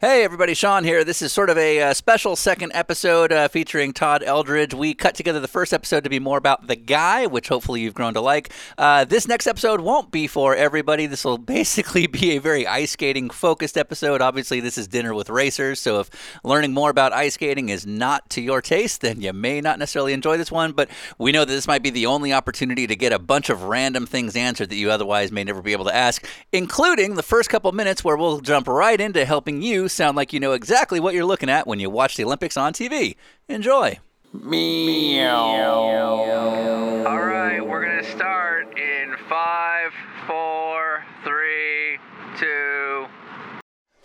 Hey, everybody, Sean here. This is sort of a uh, special second episode uh, featuring Todd Eldridge. We cut together the first episode to be more about the guy, which hopefully you've grown to like. Uh, this next episode won't be for everybody. This will basically be a very ice skating focused episode. Obviously, this is Dinner with Racers, so if learning more about ice skating is not to your taste, then you may not necessarily enjoy this one. But we know that this might be the only opportunity to get a bunch of random things answered that you otherwise may never be able to ask, including the first couple minutes where we'll jump right into helping you sound like you know exactly what you're looking at when you watch the Olympics on TV. Enjoy. All right, we're gonna start in five, four, three, two.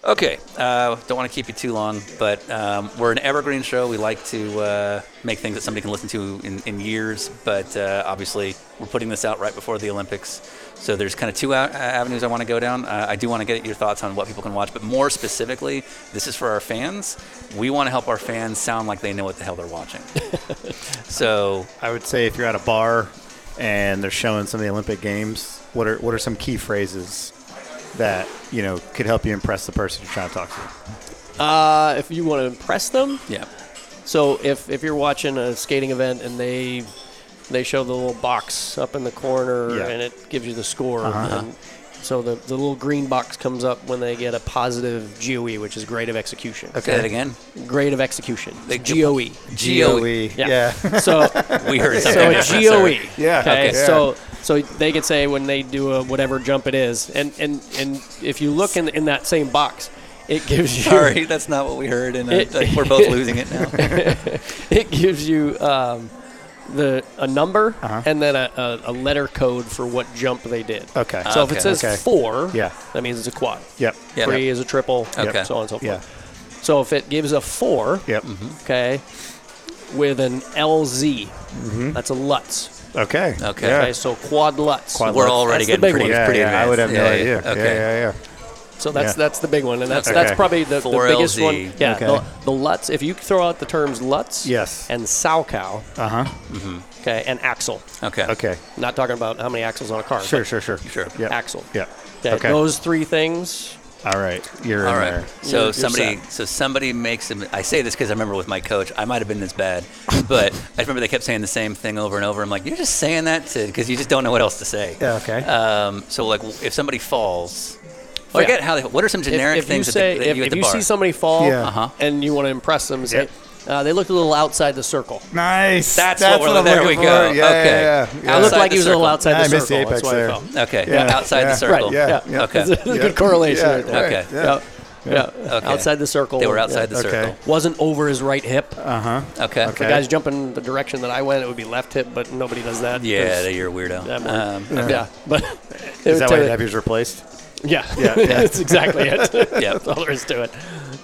Okay, uh, don't want to keep you too long, but um, we're an evergreen show. We like to uh, make things that somebody can listen to in, in years, but uh, obviously we're putting this out right before the Olympics. So there's kind of two a- avenues I want to go down. Uh, I do want to get your thoughts on what people can watch, but more specifically, this is for our fans. We want to help our fans sound like they know what the hell they're watching. so I would say if you're at a bar and they're showing some of the Olympic Games, what are what are some key phrases that you know could help you impress the person you're trying to talk to? Uh, if you want to impress them, yeah, so if, if you're watching a skating event and they they show the little box up in the corner Yeah. Uh-huh. and it gives you the score, and so the, the little green box comes up when they get a positive GOE, which is grade of execution. say that again. Grade of execution. They- GOE. E. Yeah. E. So We heard something. E. so a different, GOE. sir. Yeah, E. Okay. okay. So so they could say when they do a whatever jump it is, and and and if you look in in that same box, it gives you Sorry, that's not what we heard, and uh, It- like, we're both losing it now. it gives you um, the a number Uh-huh. and then a, a, a letter code for what jump they did. Okay. So if Okay. it says Okay. four, Yeah. that means it's a quad. Yep. Yeah. Three is a triple. Okay. So on and so forth. Yeah. So if it gives a four, Yep. Mm-hmm. okay, with an LZ, that's a Lutz. Okay. Okay. Mm-hmm. Yeah. Okay, so quad Lutz. Quad We're That's- already that's getting the big pretty, one. Yeah, pretty yeah, advanced. I would have no Yeah, yeah, idea. yeah. Okay. Yeah, yeah, So that's Yeah. that's the big one, and that's Okay. that's probably the, the 4LZ. biggest one. Yeah, Okay. the, the Lutz. If you throw out the terms Lutz, Yes. and sow cow, yeah. Uh huh. okay, and axle. Okay. Okay. Not talking about how many axles on a car. Sure, but sure, sure. Sure. Yep. Axle. Yep. Okay, Okay. Those three things. All right. You're All in right. there. So You're- you're somebody, so somebody makes him. I say this because I remember with my coach, I might have been this bad, but I remember they kept saying the same thing over and over. I'm like, you're just saying that because you just don't know what else to say. Yeah, okay. Um, so like, w- if somebody falls, Oh, yeah. forget how. They, what are some If, generic if you things say that, they, that if, you at if the you bar? see somebody fall Yeah. Uh-huh. and you want to impress them, say Yep. uh, they looked a little outside the circle. Nice. That's what we're I'm there we looking go. for. Yeah, Okay. yeah, yeah, yeah. I looked Outside like the he was a little circle. outside Yeah, I the missed the circle. That's apex why I there. felt. okay. Yeah. Outside the Yeah. circle. Right, yeah. Yeah. Okay. It's a Yeah. good correlation. Yeah, right there. Okay. Yeah. Yeah. Yeah. Okay. Outside the circle. They were outside Yeah. the Okay. circle. Wasn't over his right hip. Uh huh. Okay. The Okay. guy's jumping the direction that I went. It would be left hip, but nobody does that. Yeah, because- they- you're a weirdo. that more- Um, yeah. But Is that why Heavy's replaced? Yeah, Yeah, yeah. that's exactly it. Yeah. That's all there is to it.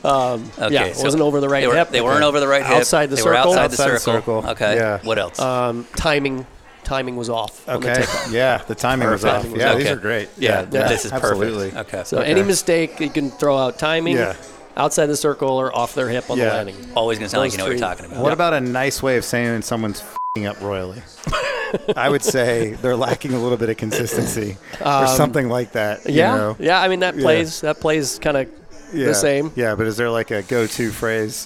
Um, Okay, yeah, it so wasn't over the right they were, hip. They weren't over the right hip. Outside the they circle. Were outside, Outside the the circle. circle. Okay. Yeah. What else? Um, timing, timing was off. on the Okay. takeoff. Yeah, the timing was Perfect. off. Yeah, Okay. these are great. yeah, yeah, This is absolutely. perfect. Okay. So So any mistake, you can throw out timing, Yeah. outside the circle, or off their hip on the Yeah. landing. always gonna sound like Those you know what you're three. talking about. What about a nice way of saying someone's fing up royally? I would say they're lacking a little bit of consistency or something like that. you Yeah, know? yeah. I mean that Yeah. plays that plays kind of Yeah. the same. Yeah, but is there like a go-to phrase?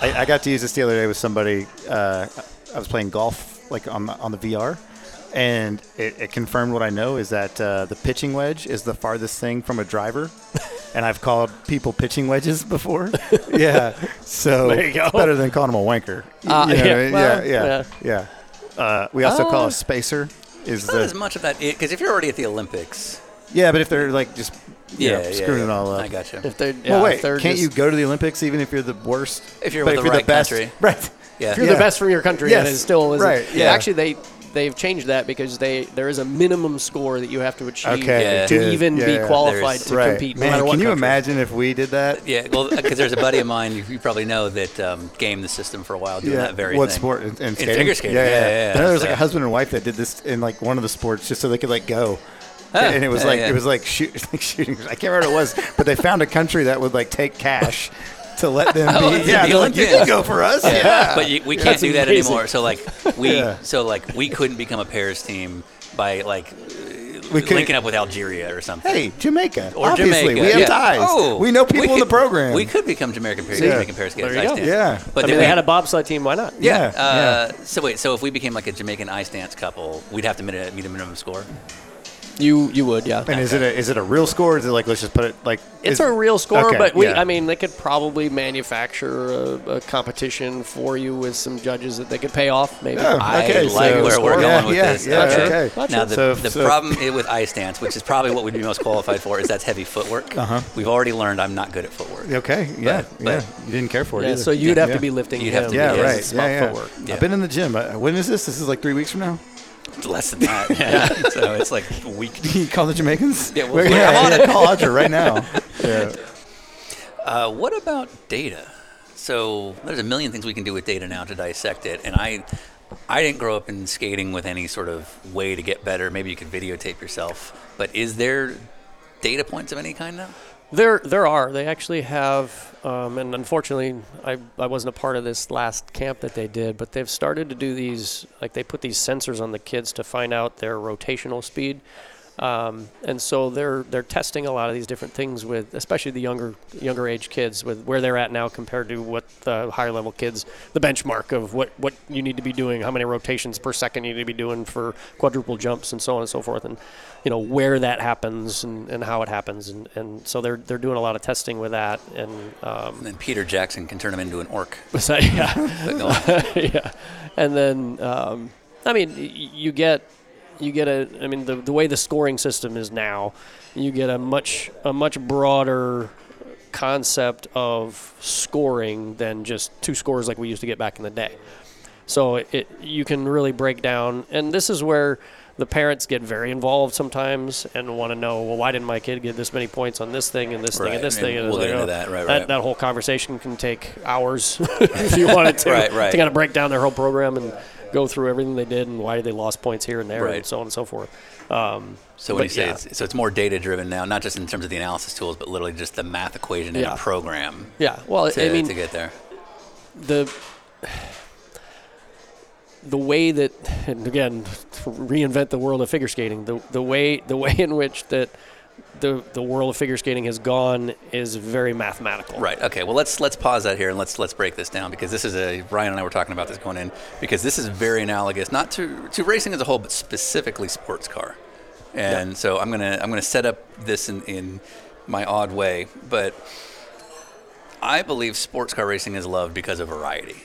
I, I got to use this the other day with somebody. Uh, I was playing golf, like on the, on the VR, and it, it confirmed what I know is that uh, the pitching wedge is the farthest thing from a driver. And I've called people pitching wedges before. yeah, so There you go. it's better than calling them a wanker. Uh, You know, yeah, well, yeah, yeah, yeah. Uh, we also call Uh, a spacer. Is Not as the much of that because if you're already at the Olympics, yeah, but if they're like just you yeah, know, yeah, screwing yeah. it all up. I got you. If they're yeah, well, if wait. they're Can't just- you go to the Olympics even if you're the worst? If you're but with the right best, country. right? Yeah. If you're the Yeah. best from your country, Yes. and it still isn't. Right, yeah. Actually, they they've changed that because they there is a minimum score that you have to achieve Okay, Yeah. to good. even Yeah, be yeah. qualified There's- to right. compete. Man, no matter what can you country. imagine if we did that? Yeah, well, because there's a buddy of mine you, you probably know that um, gamed the system for a while doing that very what thing. sport? In, in skating? figure skating, Yeah, yeah, yeah. yeah, I know there was so- like a husband and wife that did this in like one of the sports just so they could like go. Huh, And it was yeah, like yeah. it was like, shoot, like shooting. I can't remember what it was, but they found a country that would like take cash to let them Oh, be. it's yeah, the they're like, you Olympics. can go for us. Yeah, But you, we can't do that amazing. anymore. So like we, Yeah. so like we couldn't become a pairs team by like uh, We could- linking up with Algeria or something. Hey, Jamaica. Or Obviously, Jamaica. we have yeah. ties. Oh, we know people in the could- program. We could become Jamaican Paris, Yeah. Jamaican Paris There you go. Yeah. But I mean, they had a bobsled team. Why not? yeah. Yeah, uh, So wait, so if we became like a Jamaican ice dance couple, we'd have to meet a, meet a minimum score. You you would, yeah. And is it a, is it a real score? Or is it like let's just put it like It's is- a real score, Okay, but we, yeah. I mean, they could probably manufacture a, a competition for you with some judges that they could pay off, maybe. Yeah, I okay, like so- where we're yeah, going with yeah, this. yeah, okay. okay. Gotcha. Now the, So- the so- problem i- with ice dance, which is probably what we'd be most qualified for, is that's heavy footwork. Uh-huh. We've already learned I'm not good at footwork. Okay, yeah, But- yeah. but- you didn't care for it. Yeah, either. so you'd have Yeah. to be lifting You'd him. have to be, Yeah, Yeah, right. It's yeah, about yeah. footwork. Yeah. I've been in the gym. I- When is this? This is like three weeks from now. It's Less than that. Yeah. so it's like weak. you call the Jamaicans? Yeah, well, Wait, yeah, I'm on yeah, Call Audra right now. Yeah. Uh, what about data? So there's a million things we can do with data now to dissect it, and I. I didn't grow up in skating with any sort of way to get better. Maybe you could videotape yourself, but is there data points of any kind now? There, there are. They actually have, um, and unfortunately, I, I wasn't a part of this last camp that they did, but they've started to do these, like they put these sensors on the kids to find out their rotational speed. Um, and so they're they're testing a lot of these different things with, especially the younger younger age kids, with where they're at now compared to what the higher level kids, the benchmark of what what you need to be doing, how many rotations per second you need to be doing for quadruple jumps and so on and so forth, and you know where that happens and, and how it happens, and, and so they're they're doing a lot of testing with that, and um, And then Peter Jackson can turn him into an orc. so, yeah. But go on. yeah, and then um, I mean y- you get you get a I mean the the way the scoring system is now, you get a much a much broader concept of scoring than just two scores like we used to get back in the day. So it you can really break down, and this is where the parents get very involved sometimes and want to know, well, why didn't my kid get this many points on this thing and this thing Right, and this and thing? it's we'll get like, oh, into that, right, That, right. that whole conversation can take hours if you wanted to. Right, right. To kind of break down their whole program and go through everything they did and why they lost points here and there Right. and so on and so forth. Um, So when but you say yeah. it's, so, it's more data driven now, not just in terms of the analysis tools, but literally just the math equation in Yeah. a program yeah, well, to, I mean, to get there. the the way that and again to reinvent the world of figure skating the the way the way in which that the the world of figure skating has gone is very mathematical Right. Okay. Well, let's let's pause that here and let's let's break this down because this is a Ryan and I were talking about this going in because this is very analogous not to to racing as a whole, but specifically sports car. And so I'm gonna I'm gonna set up this in in my odd way, but I believe sports car racing is loved because of variety.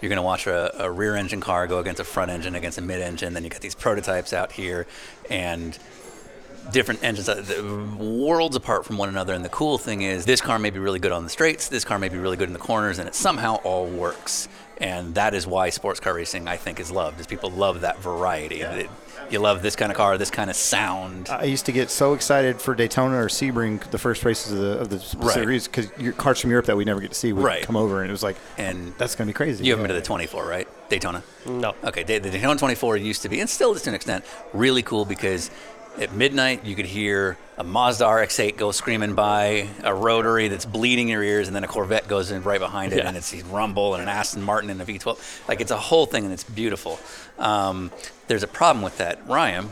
You're going to watch a, a rear engine car go against a front engine, against a mid engine, then you got these prototypes out here and different engines, that- that- worlds apart from one another. And the cool thing is, this car may be really good on the straights, this car may be really good in the corners, and it somehow all works. And that is why sports car racing, I think, is loved, is people love that variety. It- you love this kind of car, this kind of sound. I used to get so excited for Daytona or Sebring, the first races of the, of the Right. series, because your cars from Europe that we never get to see would Right. come over, and it was like, And that's going to be crazy. you haven't been to the 24, right? Daytona? no Okay, the the Daytona 24 used to be, and still is to an extent, really cool because at midnight you could hear a Mazda RX-8 go screaming by, a rotary that's bleeding your ears, and then a Corvette goes in right behind it, Yeah. and it's these rumble and an Aston Martin and a V12. Like it's a whole thing, and it's beautiful. Um, there's a problem with that, Ryan.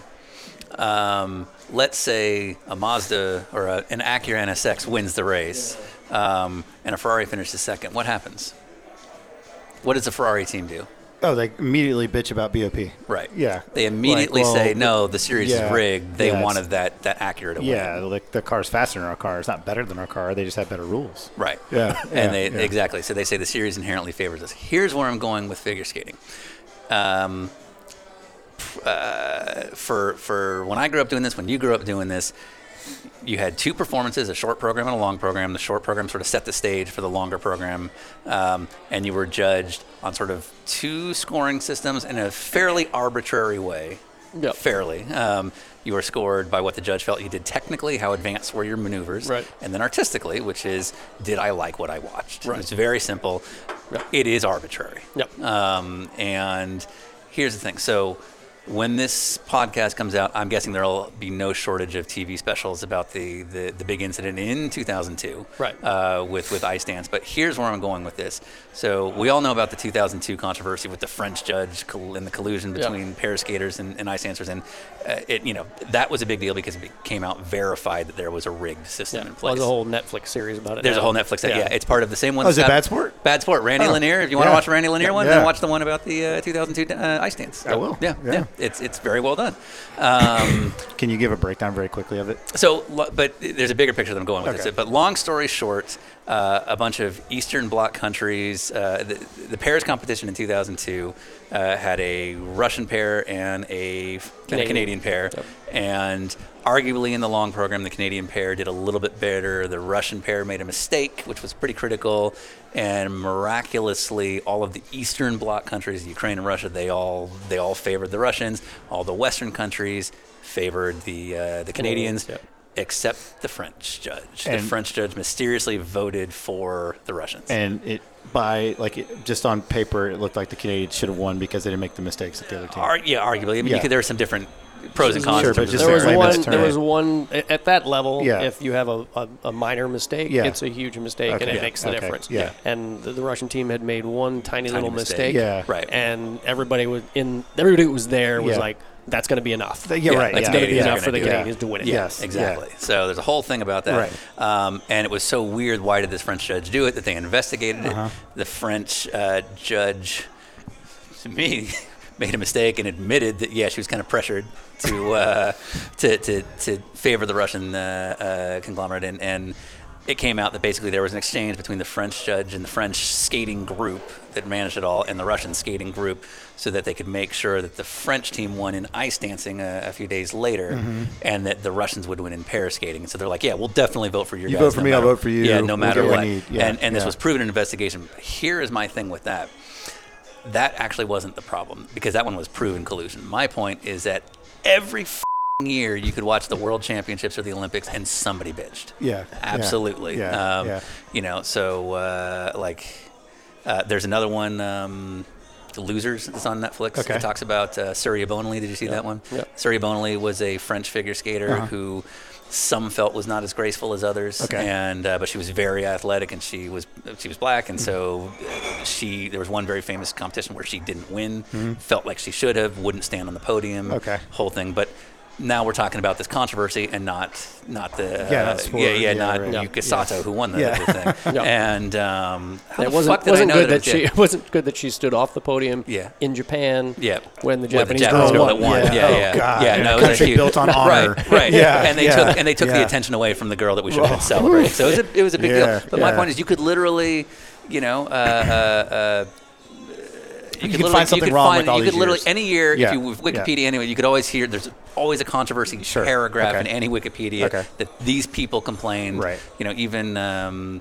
Um, let's say a Mazda or a, an Acura NSX wins the race, um, and a Ferrari finishes second. What happens? What does the Ferrari team do? oh, they immediately bitch about BOP. Right. Yeah. They immediately Like, well, say, no, the series yeah, is rigged. They yeah, it's- wanted that that accurate away. Yeah, like the car's faster than our car. It's not better than our car. They just have better rules. Right. Yeah, and yeah, they yeah. exactly. So they say the series inherently favors us. Here's where I'm going with figure skating. Um, f- uh, for for when I grew up doing this, when you grew up doing this, you had two performances, a short program and a long program. The short program sort of set the stage for the longer program, um, and you were judged on sort of two scoring systems in a fairly arbitrary way. Yep. Fairly. Um, you were scored by what the judge felt you did technically, how advanced were your maneuvers, Right. and then artistically, which is did I like what I watched? Right. It's very simple. Yep. It is arbitrary. Yep. Um, and here's the thing. So When this podcast comes out, I'm guessing there'll be no shortage of TV specials about the, the, the big incident in 2002 Right. uh, with, with ice dance. But here's where I'm going with this. So we all know about the 2002 controversy with the French judge col- and the collusion Yeah. between pair skaters and, and ice dancers. And uh, it, you know, that was a big deal because it became out verified that there was a rigged system in Well, place. there's a whole Netflix series about it. There's now. a whole Netflix. Yeah. yeah, it's part of the same one. Oh, is that's it got- Bad Sport? Bad Sport. Randy Oh, Lanier. If you want to yeah. watch the Randy Lanier one, Yeah. then watch the one about the uh, 2002 uh, ice dance. I will. Yeah, yeah, Yeah. It's it's very well done. Um, Can you give a breakdown very quickly of it? so, lo- but there's a bigger picture that I'm going with Okay. this. But long story short, uh, a bunch of Eastern Bloc countries, uh, the, the pairs competition in 2002 uh, had a Russian pair and a f- and a Canadian Canadian. pair. Yep. And arguably in the long program, the Canadian pair did a little bit better. The Russian pair made a mistake, which was pretty critical. And miraculously, all of the Eastern Bloc countries, Ukraine and Russia, they all they all favored the Russians. All the Western countries favored the uh, the Canadians, Canadians, yep. except the French judge. the And- French judge mysteriously voted for the Russians. And it by like it, just on paper, it looked like the Canadians should have won because they didn't make the mistakes that the other team. Ar- yeah, arguably. I mean, you Yeah. could, there are some different pros and cons. Sure, in but terms of just the there was a layman's one. term. There was one a- at that level. Yeah. If you have a, a, a minor mistake, Yeah. it's a huge mistake, and Okay. it Yeah. makes the Okay. difference. Yeah. And the, the Russian team had made one tiny, little mistake. mistake. Yeah. Right. And everybody was in. Everybody who was there was Yeah. like, "That's going to be enough. Th- yeah, right, That's yeah. going to be Canadians are enough for the gonna do it. Canadians to win it. Yes. Exactly. So there's a whole thing about that. Right. Um, and it was so weird. Why did this French judge do it? That they investigated Uh-huh. it. The French uh, judge, to me, made a mistake and admitted that yeah, she was kind of pressured to uh, to, to to favor the Russian uh, uh, conglomerate and and. It came out that basically there was an exchange between the French judge and the French skating group that managed it all and the Russian skating group so that they could make sure that the French team won in ice dancing a, a few days later Mm-hmm. and that the Russians would win in pair skating. So they're like, yeah, we'll definitely vote for your You guys vote for no me, I'll matter- vote for you. Yeah, no We'll matter get what what. we need. Yeah, and and this yeah. was proven in investigation. Here is my thing with that. That actually wasn't the problem because that one was proven collusion. My point is that every f***ing year you could watch the World Championships or the Olympics and somebody bitched. Yeah, yeah, absolutely. yeah, um, yeah. You know, so uh, like, uh, there's another one. Um, the Losers that's on Netflix. Okay. It talks about uh, Surya Bonaly. Did you see that one? Yeah. Surya Bonaly was a French figure skater Uh-huh. who some felt was not as graceful as others, Okay. and uh, but she was very athletic and she was she was black, Mm-hmm. and so uh, she there was one very famous competition where she didn't win, felt like she should have, wouldn't stand on the podium, Mm-hmm. Okay. whole thing, but. Now we're talking about this controversy and not not the Yeah, not uh, sport, yeah, yeah yeah, not right. Yuki Sato who won the Yeah. whole thing Yeah. and um, how And the it wasn't, fuck did wasn't I know good that, it was- she yeah. it wasn't good that she stood off the podium Yeah. in Japan Yeah. when the With Japanese Japanese girl girl that won. Yeah. Yeah, Oh, yeah. God. Yeah, no, it was a Country huge- built on honor. Right, right. Yeah, and they yeah, took and they took the yeah. attention away from the girl that we should have Well, been celebrating. So it was a, it was a big Yeah, deal. But my yeah. point is, you could literally, you know, uh, uh, uh, could You, can literally- find something could wrong find- with all You these could literally years. any year Yeah, if you with yeah. Wikipedia anyway, you could always hear there's always a controversy Sure, paragraph okay. in any Wikipedia Okay. that these people complained. Right. You know, even. Um,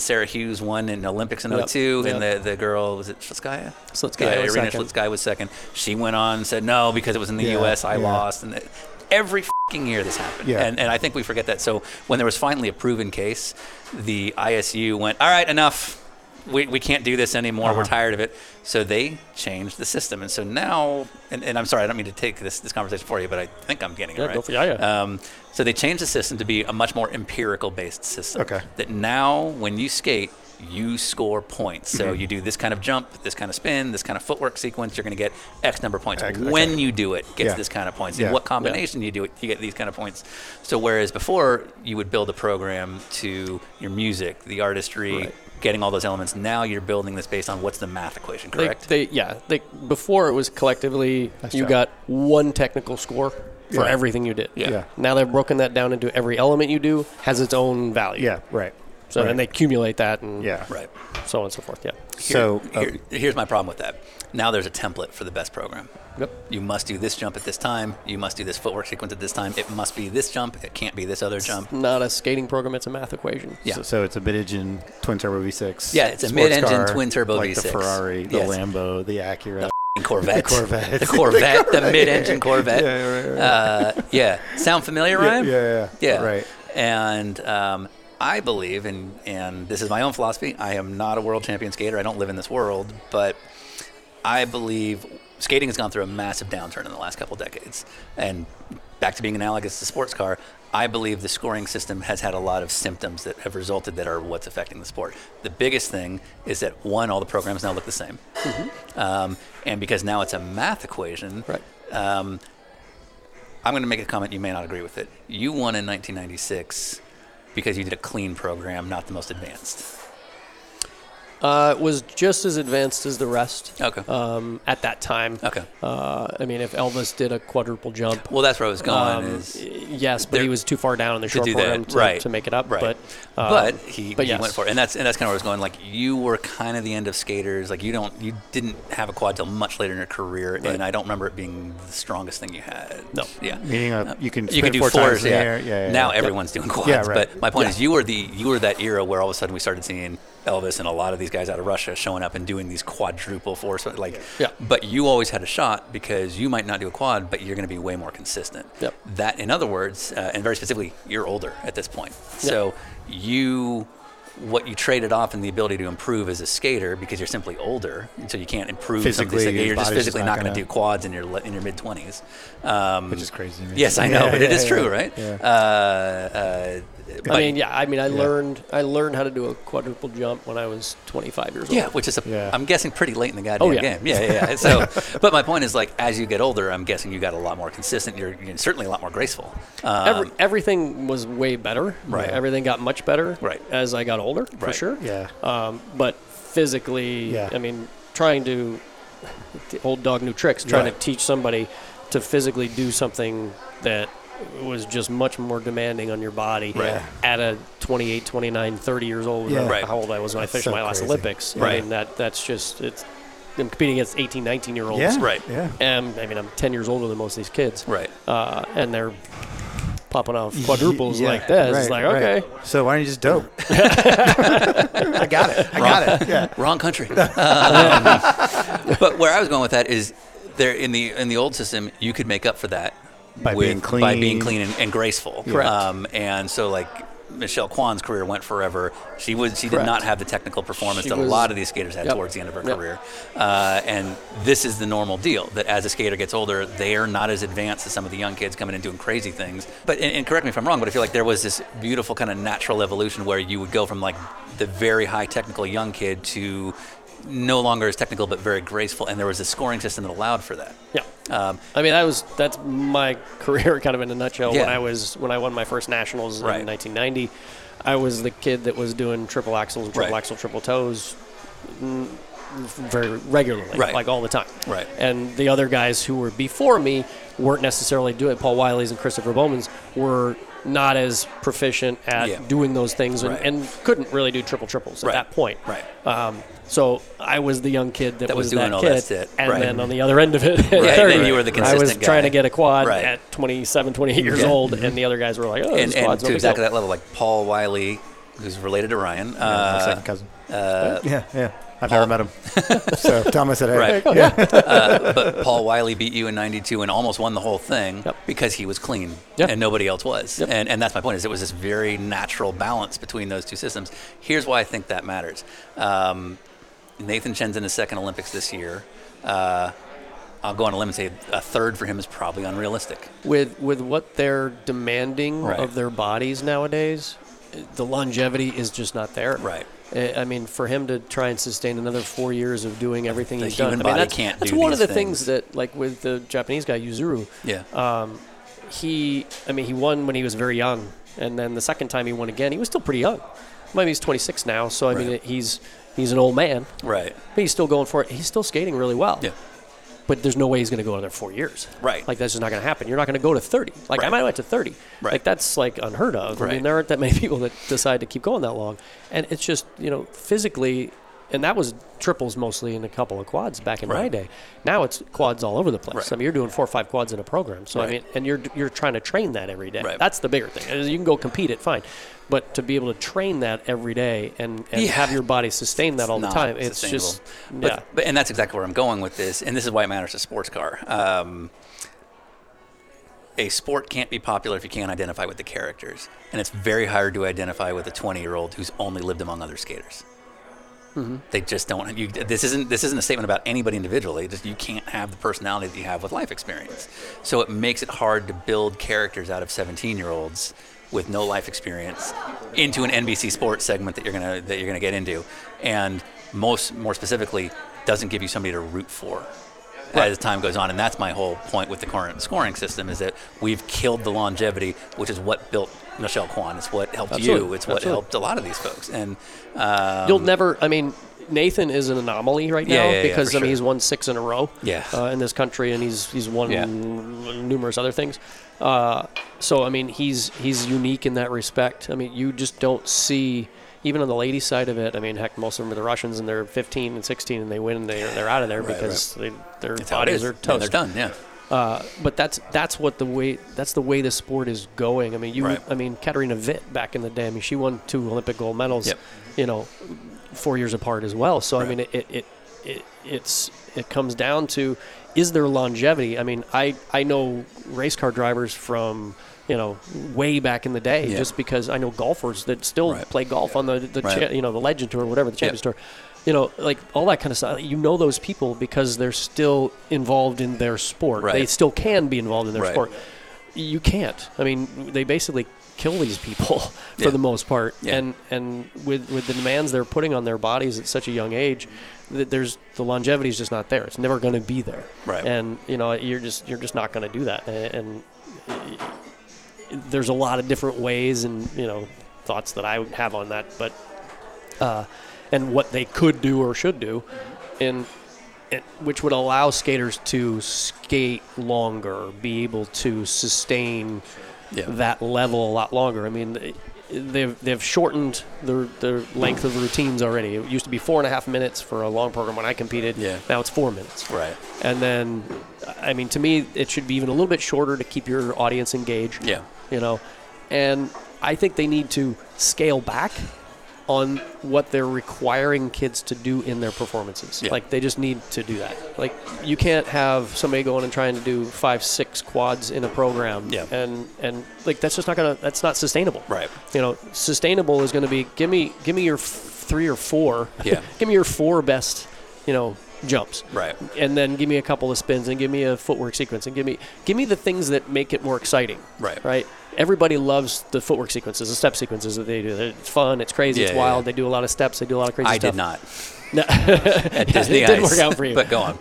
Sarah Hughes won in Olympics in Yep, 02, yep. and the, the girl, was it Slutskaya? Slutskaya Yeah, was Irina second. Slutskaya was second. She went on and said, no, because it was in the Yeah, U.S., I yeah. lost. And it- every fing year this happened. Yeah. And, and I think we forget that. So when there was finally a proven case, the ISU went, all right, enough. We, we can't do this anymore. Uh-huh. We're tired of it. So they changed the system. And so now, and, and I'm sorry, I don't mean to take this, this conversation for you, but I think I'm getting it Yeah, right. go for- yeah, yeah. Um, so they changed the system to be a much more empirical based system. Okay. That now, when you skate, you score points. So Mm-hmm. you do this kind of jump, this kind of spin, this kind of footwork sequence, you're going to get X number of points. Ex- okay. When you do it, gets Yeah. this kind of points. Yeah. In what combination you do it, you get these kind of points. So whereas before, you would build a program to your music, the artistry, Right. getting all those elements. Now you're building this based on what's the math equation, They- correct? They, yeah. They, before it was collectively, Nice you job. got one technical score for Yeah. everything you did. Yeah. Yeah. Now they've broken that down into every element you do has its own value. Yeah, right. So right. then they accumulate that and yeah. right. so on and so forth. Yeah. So uh, Here- here's my problem with that. Now there's a template for the best program. Yep. You must do this jump at this time. You must do this footwork sequence at this time. It must be this jump. It can't be this other jump. Not a skating program, it's a math equation. Yeah. So, so it's a mid-engine twin turbo V6. Yeah, it's a sports mid-engine car, twin turbo like V6. the Ferrari, the Yes. Lambo, the Acura. And Corvette. The Corvette. The Corvette. the mid-engine Corvette. Yeah, right, right, Uh, yeah. Sound familiar, Ryan? yeah, yeah, yeah. Yeah. Right. And um, I believe, and and this is my own philosophy. I am not a world champion skater. I don't live in this world, but I believe skating has gone through a massive downturn in the last couple decades, and back to being analogous to sports car. I believe the scoring system has had a lot of symptoms that have resulted that are what's affecting the sport. The biggest thing is that one, all the programs now look the same, um, and because now it's a math equation, Mm-hmm. Right. um, I'm going to make a comment you may not agree with it. You won in 1996 because you did a clean program, not the most advanced. Uh, it was just as advanced as the rest. Okay. Um, at that time. Okay. Uh, I mean, if Elvis did a quadruple jump, Well, that's where I was going. um, is yes, but he there- was too far down in the short do that, program to, right, to make it up. right. But um, but he, but he yes. went for it, and that's and that's kind of where I was going. Like you were kind of the end of skaters. Like you don't you didn't have a quad till much later in your career, and I don't remember it being the strongest thing you had. No. yeah, Meaning a- you can you can spin do four times fours. in the Yeah. air. Yeah, yeah, now yeah. everyone's doing quads. Yeah, right. But my point is, you were the you were that era where all of a sudden we started seeing Elvis and a lot of these guys out of Russia showing up and doing these quadruple fours. Like, Yeah. but you always had a shot because you might not do a quad, but you're going to be way more consistent. Yep. That, in other words, uh, and very specifically, you're older at this point. So you, what you traded off in the ability to improve as a skater because you're simply older, and so you can't improve something. Physically, So your you're just body's just physically not not going to gonna- do quads in your le- in your mid 20s. Um, Which is crazy to me. Yes, I know, Yeah, but it yeah, is yeah. true, right? Yeah. Uh, uh, but- I mean, yeah. I mean, I learned I learned how to do a quadruple jump when I was 25 years old. Yeah, which is a, Yeah. I'm guessing pretty late in the goddamn Oh, yeah. game. Yeah, yeah, yeah. So, but my point is like as you get older, I'm guessing you got a lot more consistent. You're, you're certainly a lot more graceful. Um, Every, everything was way better. Right. Everything got much better. Right. As I got older, for Right. sure. Yeah. Um, but physically, Yeah. I mean, trying to the old dog new tricks, trying Right. to teach somebody to physically do something that was just much more demanding on your body Right. at a 28, 29, 30 years old, Yeah. or Right. how old I was when That's I finished so my last crazy. Olympics. I Right. mean, that, that's just, it's, I'm competing against 18, 19 year olds. Yeah. Right. Yeah. And, I mean, I'm 10 years older than most of these kids. Right. Uh, and they're popping off quadruples Yeah, like this. it's like, right, okay. right. So why don't you just dope? I got it. I got it. Yeah. Wrong country. Um, but where I was going with that is there in the in the old system, you could make up for that By being clean. by being clean and, and graceful. Correct. Um, and so like. Michelle Kwan's career went forever. She was she did Correct. not have the technical performance She that a was- lot of these skaters had Yep. towards the end of her Yep. career. Uh, and this is the normal deal that as a skater gets older, they are not as advanced as some of the young kids coming in doing crazy things. But and, and correct me if I'm wrong, but I feel like there was this beautiful kind of natural evolution where you would go from like the very high technical young kid to no longer as technical but very graceful, and there was a scoring system that allowed for that. Yeah. Um, I mean, I was that's my career kind of in a nutshell. When Yeah. I was when I won my first nationals Right. in 1990, I was the kid that was doing triple axles and triple Right. axel triple toes mm, very regularly, Right. like all the time. Right. And the other guys who were before me weren't necessarily doing Paul Wiley's and Christopher Bowman's were not as proficient at Yeah. doing those things Right. and, and couldn't really do triple triples Right. at that point. Right. Um, so I was the young kid that, That was was doing that all kid, that shit. and Right. then on the other end of it, at Right, 30, then you were the I was consistent guy. trying to get a quad Right. at 27, 28 years Yeah. Mm-hmm. old, and the other guys were like, "Oh, and, this and quad's no to big exactly deal. that level, like Paul Wiley, who's related to Ryan. My Uh, second cousin. yeah. Yeah. I've never met him. so Thomas said, hey. Right. Yeah. uh, but Paul Wiley beat you in '92 and almost won the whole thing Yep. because he was clean Yeah. and nobody else was. Yep. And and that's my point is it was this very natural balance between those two systems. Here's why I think that matters. Um, Nathan Chen's in his second Olympics this year. Uh, I'll go on a limb and say a third for him is probably unrealistic. With with what they're demanding Right. of their bodies nowadays, the longevity is just not there. Right. I I mean, for him to try and sustain another four years of doing everything The he's human done, I body mean, that's, can't that's do one of the these things things. that, like with the Japanese guy Yuzuru, Yeah. um, he I mean he won when he was very young, and then the second time he won again, he was still pretty young. I mean he's 26 now, so I mean Right. he's he's an old man, right. but he's still going for it. He's still skating really well. Yeah. But there's no way he's going to go another four years. Right. Like that's just not going to happen. You're not going to go to 30. Like I Right. might went to 30. Right. Like that's like unheard of. I Right. mean there aren't that many people that decide to keep going that long, and it's just you know physically. And that was triples mostly and a couple of quads back in my Right. day. Now it's quads all over the place. Right. I mean, you're doing four or five quads in a program. So Right. I mean, and you're you're trying to train that every day. Right. That's the bigger thing. is You can go compete it, fine, but to be able to train that every day and, and Yeah. have your body sustain that all the not time, it's sustainable. just But- yeah. but- and that's exactly where I'm going with this, and this is why it matters to sports car. Um, a sport can't be popular if you can't identify with the characters, and it's very hard to identify with a 20 year old who's only lived among other skaters. They just don't. You, this isn't this isn't a statement about anybody individually. Just you can't have the personality that you have with life experience. So it makes it hard to build characters out of 17-year-olds with no life experience into an NBC Sports segment that you're gonna that you're gonna get into, and most more specifically, doesn't give you somebody to root for as time goes on. And that's my whole point with the current scoring system is that we've killed the longevity, which is what built Michelle Kwan. It's what helped you. Absolutely. It's what Absolutely. helped a lot of these folks. And uh, You'll never. I mean, Nathan is an anomaly right Yeah, now yeah, yeah, because for I mean sure. he's won six in a row. Yeah. Uh, in this country, and he's he's won Yeah. numerous other things. Uh, so I mean, he's he's unique in that respect. I mean, you just don't see. Even on the lady side of it, I mean, heck, most of them are the Russians, and they're 15 and 16, and they win, and they're, they're out of there because They, their that's how it bodies is. are And toast. They're done. Yeah. Uh, but that's that's what the way that's the way the sport is going. I mean, you Right. I mean Katerina Vitt back in the day. I mean, she won two Olympic gold medals. Yep. You know, four years apart as well. So Right. I mean, it, it it it it's it comes down to is there longevity? I mean, I I know race car drivers from. You know, way back in the day, Yeah. just because I know golfers that still Right. play golf on the, the Right. cha- you know the Legend Tour, whatever the Champions Tour, you know, like all that kind of stuff. You know those people because they're still involved in their sport. Right. They still can be involved in their Right. sport. You can't. I mean, they basically kill these people for Yeah. the most part, Yeah. and and with with the demands they're putting on their bodies at such a young age, that there's the longevity is just not there. It's never going to be there. Right. And you know, you're just you're just not going to do that. A- And there's a lot of different ways and you know thoughts that I have on that, but uh, and what they could do or should do, and it, which would allow skaters to skate longer, be able to sustain Yeah. that level a lot longer. I mean, they- they've they've shortened the the length of routines already. It used to be four and a half minutes for a long program when I competed. Yeah. Now it's four minutes. Right. And then, I mean, to me, it should be even a little bit shorter to keep your audience engaged Yeah. you know and i think they need to scale back on what they're requiring kids to do in their performances Yeah. like they just need to do that like you can't have somebody going and trying to do five six quads in a program Yeah. and and like that's just not gonna that's not sustainable Right. you know sustainable is gonna be give me give me your f- three or four Yeah. give me your four best you know jumps Right. and then give me a couple of spins and give me a footwork sequence and give me give me the things that make it more exciting Right. right everybody loves the footwork sequences the step sequences that they do it's fun it's crazy Yeah, it's yeah, wild yeah. they do a lot of steps they do a lot of crazy I stuff did not. No. At Disney it didn't Ice. work out for you. but go on.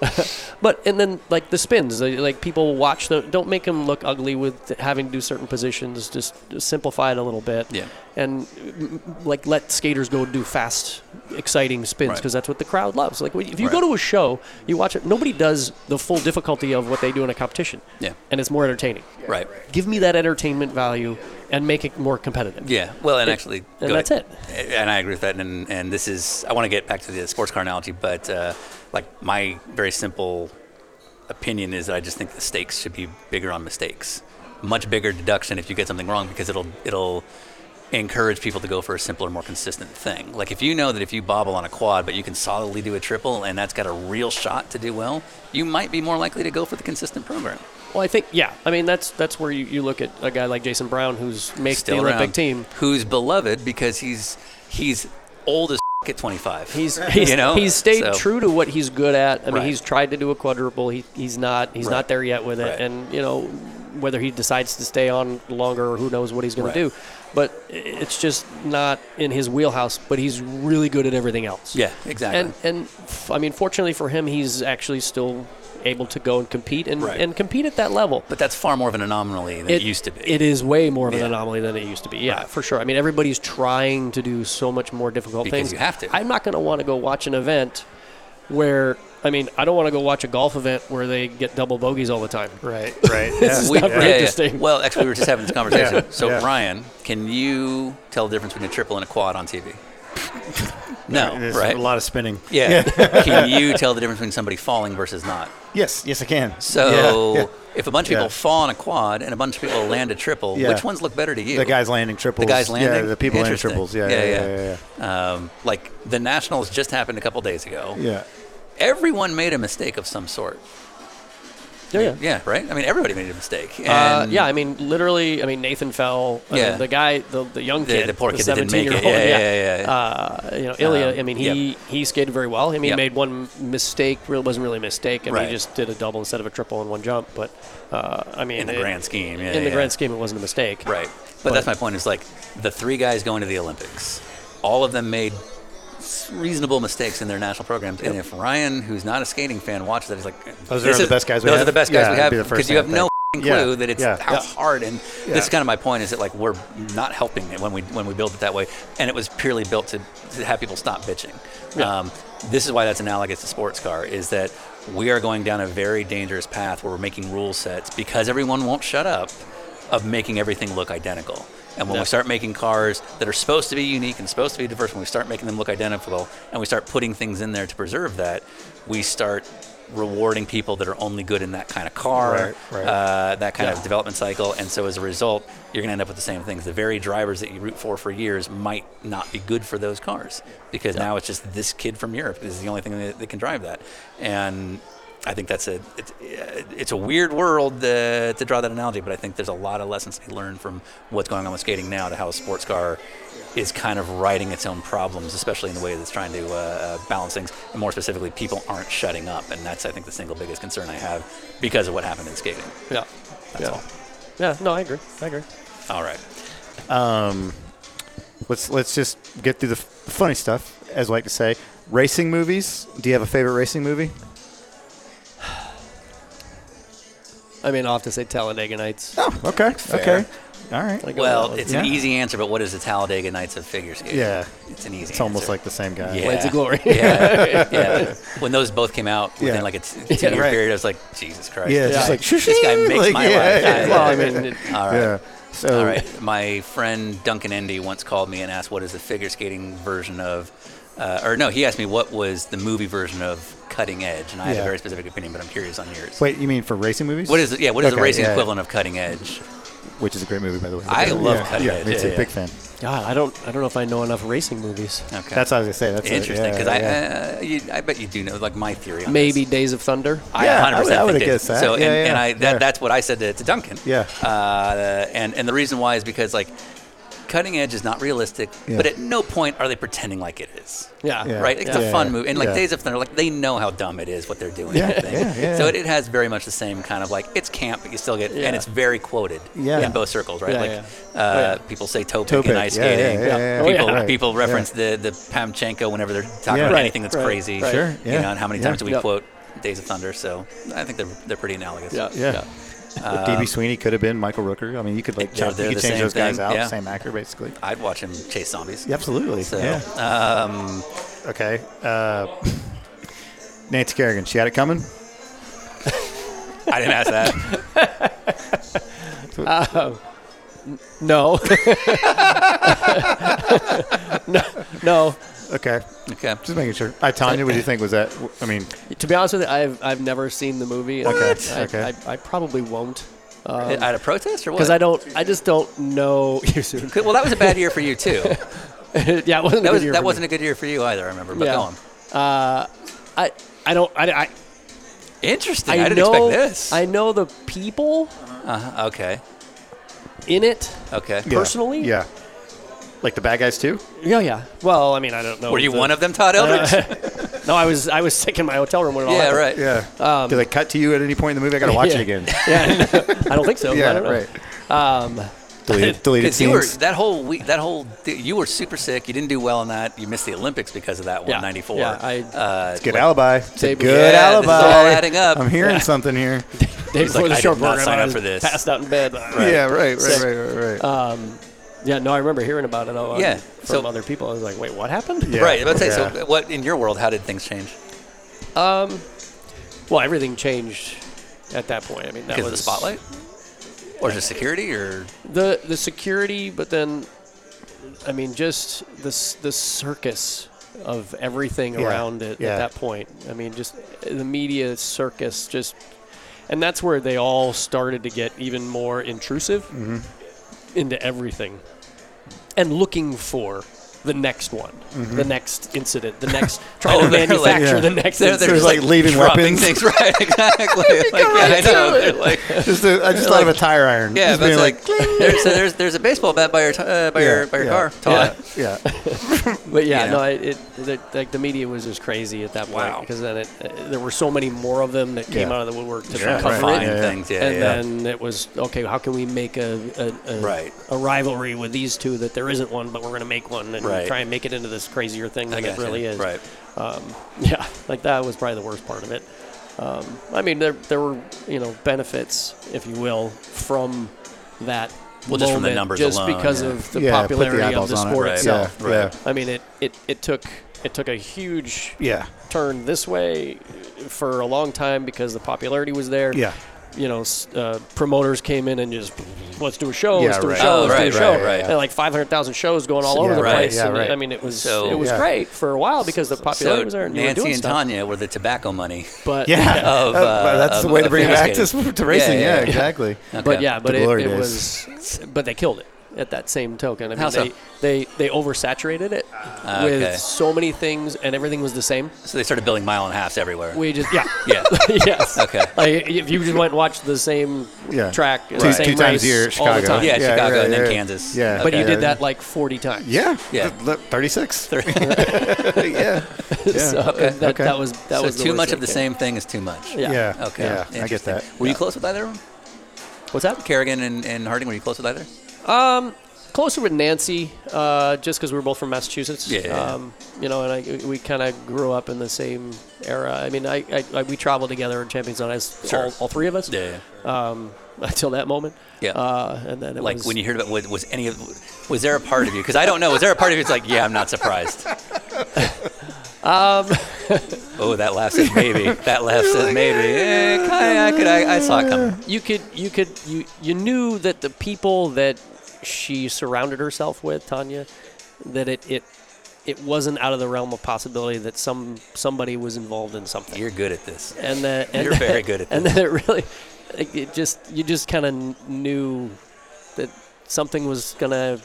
but and then like the spins they, like people watch them don't make them look ugly with having to do certain positions just simplify it a little bit Yeah. and mm, like let skaters go do fast exciting spins Right. because that's what the crowd loves like if you Right. go to a show you watch it nobody does the full difficulty of what they do in a competition Yeah. and it's more entertaining Right. give me that entertainment value and make it more competitive Yeah. Well, and actually, and go that's ahead. And I agree with that. And and this is I want to get back to the sports car analogy, but uh, like my very simple opinion is that I just think the stakes should be bigger on mistakes, much bigger deduction if you get something wrong because it'll it'll encourage people to go for a simpler, more consistent thing. Like if you know that if you bobble on a quad, but you can solidly do a triple, and that's got a real shot to do well, you might be more likely to go for the consistent program. well i think yeah i mean that's that's where you, you look at a guy like jason brown who's makes Still the olympic around, team who's beloved because he's he's old as at 25. He's, he's you know he's stayed So- true to what he's good at. I mean, Right. he's tried to do a quadruple. He, he's not he's Right. not there yet with it, Right. and you know whether he decides to stay on longer or who knows what he's going Right. to do. But i- it's just not in his wheelhouse. But he's really good at everything else. Yeah, exactly. And and f- I mean, fortunately for him, he's actually still able to go and compete and, Right. and compete at that level. but that's far more of an anomaly than it, used to be. It is way more of an Yeah. anomaly than it used to be. Yeah, Right. for sure. I mean, everybody's trying to do so much more difficult Because things. you have to. I'm not going to want to go watch an event where. I mean, I don't want to go watch a golf event where they get double bogeys all the time. Right, right. is Yeah. not very interesting. Well, actually, we were just having this conversation. Yeah, So, yeah. Ryan, can you tell the difference between a triple and a quad on TV? No, There's right? a lot of spinning. yeah. can you tell the difference between somebody falling versus not? Yes, yes, I can. So, Yeah, yeah. if a bunch of Yeah. people fall on a quad and a bunch of people land a triple, Yeah. which ones look better to you? the guys landing triples. The guys Yeah, landing. the people landing Interesting. triples. Yeah, yeah, yeah. yeah, yeah, Um, like the Nationals just happened a couple days ago. yeah. Everyone made a mistake of some sort. Yeah, yeah. Yeah, right? I mean, everybody made a mistake. Uh, And- yeah, I mean, literally, I mean, Nathan fell. I mean, Yeah. the guy, the, the young The- kid, the poor kid that didn't 17 make year it. old. Yeah, yeah, yeah. Uh, you know, Ilya. I mean, he he skated very well. I mean, he Yep. made one mistake. Really wasn't really a mistake. I mean, Right. he just did a double instead of a triple in one jump. But uh, I mean, In the it- grand scheme, yeah, in the yeah. grand scheme, it wasn't a mistake. Right. But, that's my point is like the three guys going to the Olympics, all of them made s- reasonable mistakes in their national programs. And if Ryan, who's not a skating fan, watches that, he's like, Those are "This the is- best guys we those are have." the best guys Yeah, we it'd have be the first because you thing have no I'd think. f***ing Yeah, clue that it's yeah. how Yeah. hard. And Yeah. that's kind of my point is that like we're not helping it when we when we build it that way. And it was purely built to, to have people stop bitching. Yeah. Um, this is why that's analogous to sports car is that we are going down a very dangerous path where we're making rule sets because everyone won't shut up of making everything look identical. And when Yeah. we start making cars that are supposed to be unique and supposed to be diverse, when we start making them look identical and we start putting things in there to preserve that, we start rewarding people that are only good in that kind of car, Right, right. Uh, that kind of Yeah. development cycle. And so as a result, you're going to end up with the same things. The very drivers that you root for for years might not be good for those cars because now it's just this kid from Europe is the only thing that, that can drive that. And I think that's a it's, uh, it's a weird world uh, to draw that analogy, but I think there's a lot of lessons to be learned from what's going on with skating now to how a sports car is kind of righting its own problems, especially in the way that's trying to uh, uh, balance things. And more specifically, people aren't shutting up, and that's I think the single biggest concern I have because of what happened in skating. Yeah. That's yeah. all. Yeah. No, I agree. I agree. All right. Let's let's just get through the f- funny stuff, as I like to say. Racing movies. Do you have a favorite racing movie? I mean, I'll have to say Talladega Nights. Oh, okay, okay, all right. Like, Well, uh, it's yeah. an easy answer, but what is the Talladega Nights of figure skating? Yeah. it's an easy. It's almost answer. like uh, the same guy. Yeah. Blades of Glory. yeah, yeah. When those both came out within Yeah. like a t- two Yeah, year right. period, I was like, Jesus Christ. Yeah, it's just Yeah. like This guy makes like, my yeah, life. yeah, well, I mean, it, All right. yeah. So All right. My friend Duncan Endy once called me and asked what is the figure skating version of, uh, or no, he asked me what was the movie version of Cutting Edge, and I had Yeah. a very specific opinion, but I'm curious on yours. wait, you mean for racing movies? What is yeah? What is the Okay, racing yeah. equivalent of Cutting Edge? Which is a great movie, by the way. I Yeah, love yeah, Cutting yeah, Edge, Me yeah, too. yeah. Big fan. God, I don't, I don't know if I know enough racing movies. Okay, That's what I was gonna say. That's interesting because because yeah, yeah. I uh, you, I bet you do know like my theory. On Maybe this. Days of Thunder. I Yeah, I 100% would- I would've think it- guessed that. So, and, Yeah, yeah, and I that, yeah. that's what I said to, to Duncan. Yeah. Uh, and and the reason why is because like, cutting edge is not realistic, Yeah. but at no point are they pretending like it is. Yeah. Yeah. Right, it's a Yeah. fun movie, and like Yeah. Days of Thunder, like they know how dumb it is what they're doing. Yeah, and things. yeah, yeah, So yeah. it, it has very much the same kind of like it's camp, but you still get, Yeah. and it's very quoted Yeah. in both circles, right? Yeah, like yeah. Uh, Oh, yeah. people say topic, Topic, in ice yeah, yeah, skating. yeah, yeah, yeah. People Oh, yeah. people Right, reference yeah. the the Pamchenko whenever they're talking Yeah. about Right, anything that's right, crazy. right. Sure, You yeah, know, and how many yeah. times do we Yep. quote Days of Thunder? So I think they're they're pretty analogous. Yeah. Yeah. DB Sweeney could have been Michael Rooker. I mean, you could like They're- change, Uh, they're you the could change same those guys thing, out, yeah. same actor basically. I'd watch him chase zombies. Yeah, absolutely. So, yeah. um, Okay. Uh, Nancy Kerrigan, she had it coming. I didn't ask that. No. no. Okay, Okay. just making sure. I Tanya, what do you think was that? I mean, No. To be honest with you, I've, I've never seen the movie. and What? I, Okay. I, I probably won't. Um, At a protest or what? Because I don't, I just don't know. Good- Well, that was a bad year for you too. yeah, it wasn't. That a was good year that for me. wasn't a good year for you either. I remember. But Yeah. go on. I, I don't. I, I, Interesting. I, I, didn't know. expect this. I know the people uh Okay. in it. Okay. yeah. Personally? yeah. Like the bad guys too. Yeah, yeah. Well, I mean, I don't know. Were you the- one of them, Todd Eldridge? No, I was. I was sick in my hotel room when it all yeah. happened. Right. Yeah. Um, Did they cut to you at any point in the movie? I gotta watch yeah. it again. Yeah, I don't think so. I yeah, don't know. right. deleted, deleted Because Um, you were scenes. that whole week, that whole you were super sick. You didn't do well in that. You missed the Olympics because of that one. Yeah. 94. Yeah, I- uh, Good alibi. It's a They- good yeah, this is alibi. all adding up. I'm hearing something here. Day He's before like, the "I show did not program, sign I up was for this." Passed out in bed. Yeah, right, right, Sick. right, right, right. uh, Yeah, no, I remember hearing about it all Yeah, um, from so- other people. I was like, wait, what happened? Yeah. Right. But say, Yeah. So, what in your world? How did things change? Um, Well, everything changed at that point. I mean, that Because was of the spotlight, or just security, or The the security, but then, I mean, just the s- the circus of everything Yeah. around it Yeah. at that point. I mean, just the media circus, just, and that's where they all started to get even Mm-hmm. more intrusive into everything, and looking for the next one, Mm-hmm. the next incident, the next trying to manufacture Oh, yeah. the next. They're, they're There's, incident. just like, leaving dropping weapons. things right exactly. like, yeah, I know. They're like, Just a, I just thought of a tire iron. yeah, Just but it's being like, there's, so there's there's a baseball bat by your t- uh, by your by your yeah, car. Yeah, Todd. yeah. But yeah, Yeah. no, it, it the, like the media was just crazy at that point Wow. because then it, uh, there were so many more of them that came Yeah. out of the woodwork to Trying to cover find it. yeah. things. Yeah, and yeah. then it was okay. How can we make a a, a, Right. a rivalry with these two that there isn't one, but we're going to make one and Right. try and make it into this crazier thing I than it gotcha. really is. Right. Yeah, like that was probably the worst part of it. Um, I mean, there there were you know benefits, if you will, from that. Well, just from the moment, numbers just alone, because yeah. of the yeah, put popularity of eyeballs the on it. sport Right. itself. Yeah, yeah. I mean, it, it, it took it took a huge Yeah. turn this way for a long time because the popularity was there. Yeah. You know, s- uh, promoters came in and just let's do a show, Yeah, let's do right. a show, Oh, let's right, do a show. right, right. And like five hundred thousand shows going all over Yeah, the right, place. yeah, and right. I mean, it was So- it was Yeah. great for a while because the popularity So was there and you were Nancy doing and stuff. Tanya were the tobacco money. But Yeah. Of, Uh, uh, that's the of- way to of bring it back figure to, skating. s- to racing. Yeah, Yeah, yeah, yeah. exactly. But Okay. yeah, but The it, glory it days. was. But they killed it at that same token. I mean, How so? Ah, they, they they oversaturated it with okay. so many things, and everything was the same. So they started building mile and a halves everywhere. We just yeah yeah. yes. Okay. Like if you just went and watched the same Yeah. track, Two- the same two race times a year, all the Chicago. time. Yeah, Yeah, Chicago yeah, and then yeah. Kansas. Yeah. But you Okay. did that like 40 times. Yeah. Yeah. Th- th- 36. yeah. So That, Okay. that was that so was the too worst much of thing. the same thing is too much. Yeah. Yeah. Okay. Yeah, I get Interesting. that. Were you close with either of them? What's that? Kerrigan and, and Harding, were you close with either? Closer with Nancy, uh, just because we were both from Massachusetts. Yeah, yeah, yeah. Um, you know, and I, we kind of grew up in the same era. I mean, I, I, I we traveled together in Champions Zone, as Sure. all, all three of us. Yeah. Um, until that moment. Yeah. Uh, and then it Like was, when you heard about was, was any of was there a part of you? Because I don't know. Was there a part of you that's like, yeah, I'm not surprised. um. oh, that laugh says maybe. That laugh says maybe. Eh, kinda, I could. I, I saw it coming. you could you could you you knew that the people that she surrounded herself with Tanya that it it it wasn't out of the realm of possibility that some somebody was involved in something You're good at this. and that and You're that- very good at and that it really like, it just you just kind of knew that something was gonna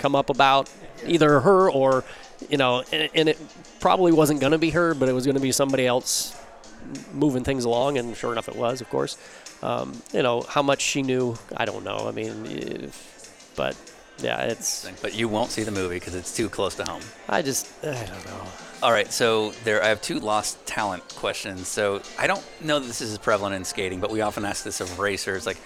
come up about either her or you know and, and it probably wasn't gonna be her but it was gonna be somebody else moving things along and sure enough it was of course um, you know how much she knew i don't know i mean if, but yeah it's But you won't see the movie because it's too close to home. i just i don't know All right, so there I have two lost talent questions. So I don't know that this is prevalent in skating, but we often ask this of racers, like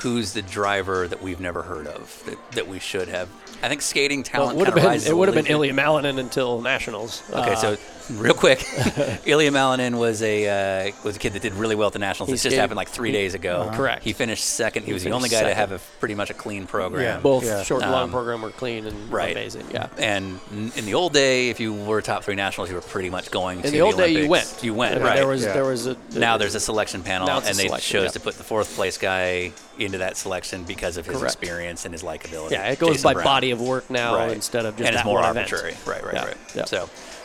who's the driver that we've never heard of that, that we should have. I think skating talent Well, it would have kinda been rises it a would have been little Ilya Malinin until nationals bit. Okay, Uh, so real quick, Ilya Malinin was a uh, was a kid that did really well at the nationals. He This just skated- happened like three he- Uh-huh. days ago. Correct. He finished second. He, was the finished only guy to second. have a pretty much a clean program. Yeah. both Yeah. short and Um, long program were clean and right. amazing. Yeah. And n- in the old day, if you were top three nationals, you were pretty much going to In the old day, you Olympics. went. You went, I mean, right? There was Yeah. there was a now there's a selection panel, Now it's a and they selection, chose yeah. to put the fourth place guy into that selection because of his Correct. experience and his likability. yeah it goes Jason by Brown. body of work now Right. instead of just and that it's more one arbitrary. Event. Right, right, Yeah, right. yeah. So,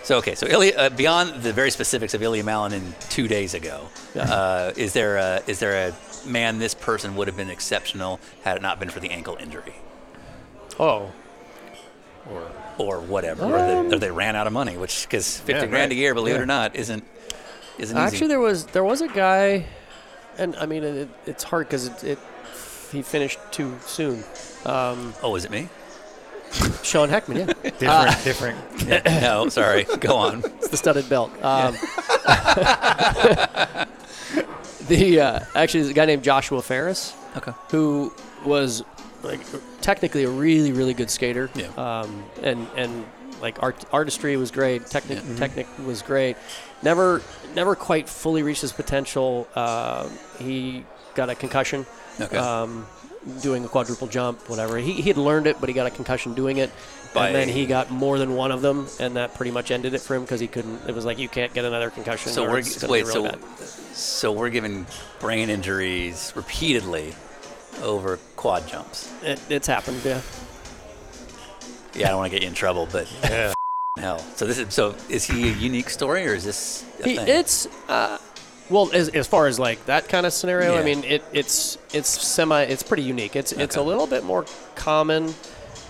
so okay. So Ilya, uh, beyond the very specifics of Ilya Malinin two days ago, uh, is there a, is there a man? This person would have been exceptional had it not been for the ankle injury oh or whatever, or, Um. they, or they ran out of money, which because fifty Yeah, grand a right. year, believe it Yeah. or not, isn't isn't Uh, actually easy. there was there was a guy, and I mean it, it's hard because it, it he finished too soon. Oh, is it me? Sean Heckman, Different. yeah, Ah. different. no, sorry. Go on. it's the studded belt. Um, the uh, actually there's a guy named Joshua Ferris. Okay. who was like technically a really really good skater. Yeah. Um, and and like art, artistry was great. Technic technic was great. Never never quite fully reached his potential. Uh, he got a concussion. Okay. Um, doing a quadruple jump, whatever. He, he had learned it, but he got a concussion doing it. By- and then he got more than one of them, and that pretty much ended it for him because he couldn't. It was like you can't get another concussion. So or we're it's gonna be wait. really So bad." so we're giving brain injuries repeatedly over quad jumps. it, it's happened. Yeah. Yeah, I don't want to get you in trouble, but Yeah. hell. So this is so is he a unique story or is this a He- thing? it's uh, well as, as far as like that kind of scenario. Yeah. I mean, it, it's it's semi. It's pretty unique. It's it's a Okay. little bit more common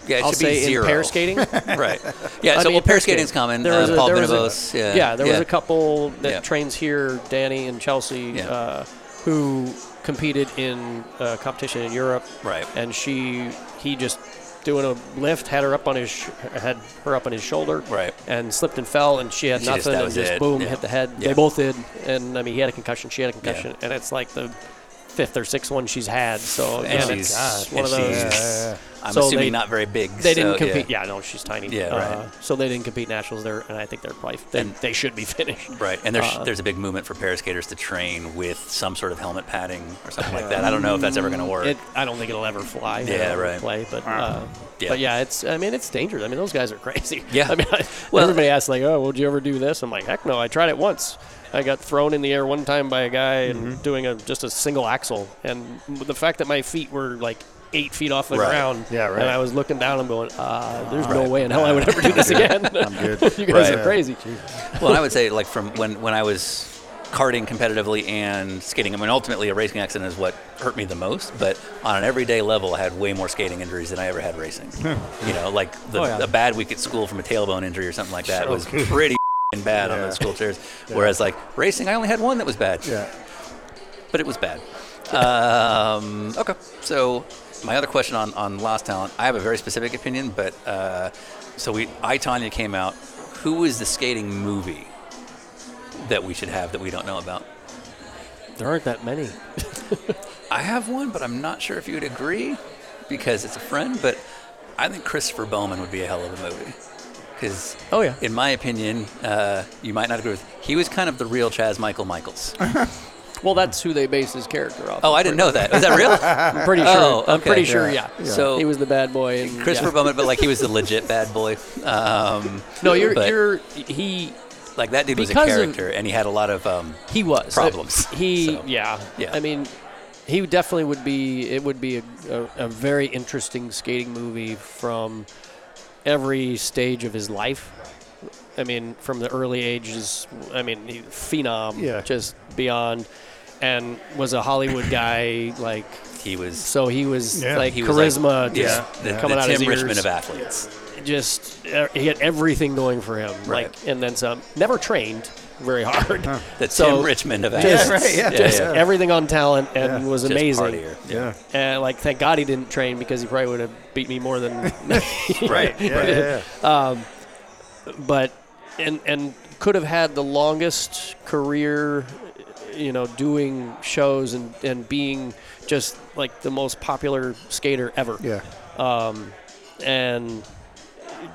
Yeah, it I'll should be say zero. in pair skating. right. Yeah, I so well, mean, pair pair skating's skating. common. There uh, was a- Paul there was a- Bonavos, yeah, there was a couple that Yeah. trains here, Danny and Chelsea, Yeah. uh, who competed in uh, competition in Europe. Right. And she, he just doing a lift, had her up on his, sh- had her up on his shoulder. Right. And slipped and fell, and she had She just- nothing, that and was just it. boom, Yeah. hit the head. Yeah. They both did, and I mean, he had a concussion, she had a concussion, and it's like the fifth or sixth one she's had. So And again, she's- it's God. one of and those. she's- I'm So assuming they- not very big. They didn't so, yeah. compete. Yeah. no, she's tiny. Uh, Yeah, right. So they didn't compete nationals there, and I think they're probably they, And- they should be finished. Right, and there's Uh, there's a big movement for para skaters to train with some sort of helmet padding or something like that. I don't know if that's ever going to work. It, I don't think it'll ever fly. I don't Yeah, think it'll right. Play, but uh, Yeah. but yeah, it's I mean it's dangerous. I mean those guys are crazy. Yeah. I mean, I, Well- everybody asks like, oh, would you ever do this? I'm like, heck no. I tried it once. I got thrown in the air one time by a guy Mm-hmm. and doing a just a single axle, and the fact that my feet were like. Eight feet off the Right. ground, Yeah, right. And I was looking down. I'm going, uh, there's no Right. way in hell I would ever do this again. I'm good. you guys Right. are crazy. well, I would say like from when when I was karting competitively and skating. I mean, ultimately, a racing accident is what hurt me the most. But on an everyday level, I had way more skating injuries than I ever had racing. you know, like the, Oh, yeah. a bad week at school from a tailbone injury or something like that was pretty bad on Yeah. those school chairs. Whereas like racing, I only had one that was bad. Yeah. but it was bad. um, okay, so my other question on, on Lost Talent, I have a very specific opinion, but uh, so we, I Tanya came out. Who is the skating movie that we should have that we don't know about? There aren't that many. I have one, but I'm not sure if you'd agree because it's a friend. But I think Christopher Bowman would be a hell of a movie. Because, Oh, yeah. in my opinion, uh, you might not agree with. He was kind of the real Chaz Michael Michaels. Well, that's who they base his character off. Oh, I didn't know that. Is that real? I'm pretty sure. Oh, I'm okay. pretty sure. Yeah. Yeah. So- he was the bad boy. And, Christopher yeah. Bowman, but like he was the legit bad boy. Um, No, you're but, you're he like that dude was a because of- character, and he had a lot of um, he was Problems, He so, yeah. yeah. I mean, he definitely would be. It would be a, a, a very interesting skating movie from every stage of his life. I mean, from the early ages. I mean, he, phenom. Yeah. Just beyond. And was a Hollywood guy, like he was so he was Yeah. like he was like, charisma, just yeah, the, the coming out Tim of his ears. Richmond of athletes. just uh, he had everything going for him, Right. like and then some. Never trained very hard, The So- Tim Richmond of athletes. Just- Yeah, right. Yeah. Yeah, just yeah. everything on talent, and Yeah. was Just amazing. partier. Yeah. And like, thank God he didn't train because he probably would have beat me more than. Right. Yeah. yeah, yeah. but and and could have had the longest career, you know, doing shows and and being just like the most popular skater ever. Yeah. and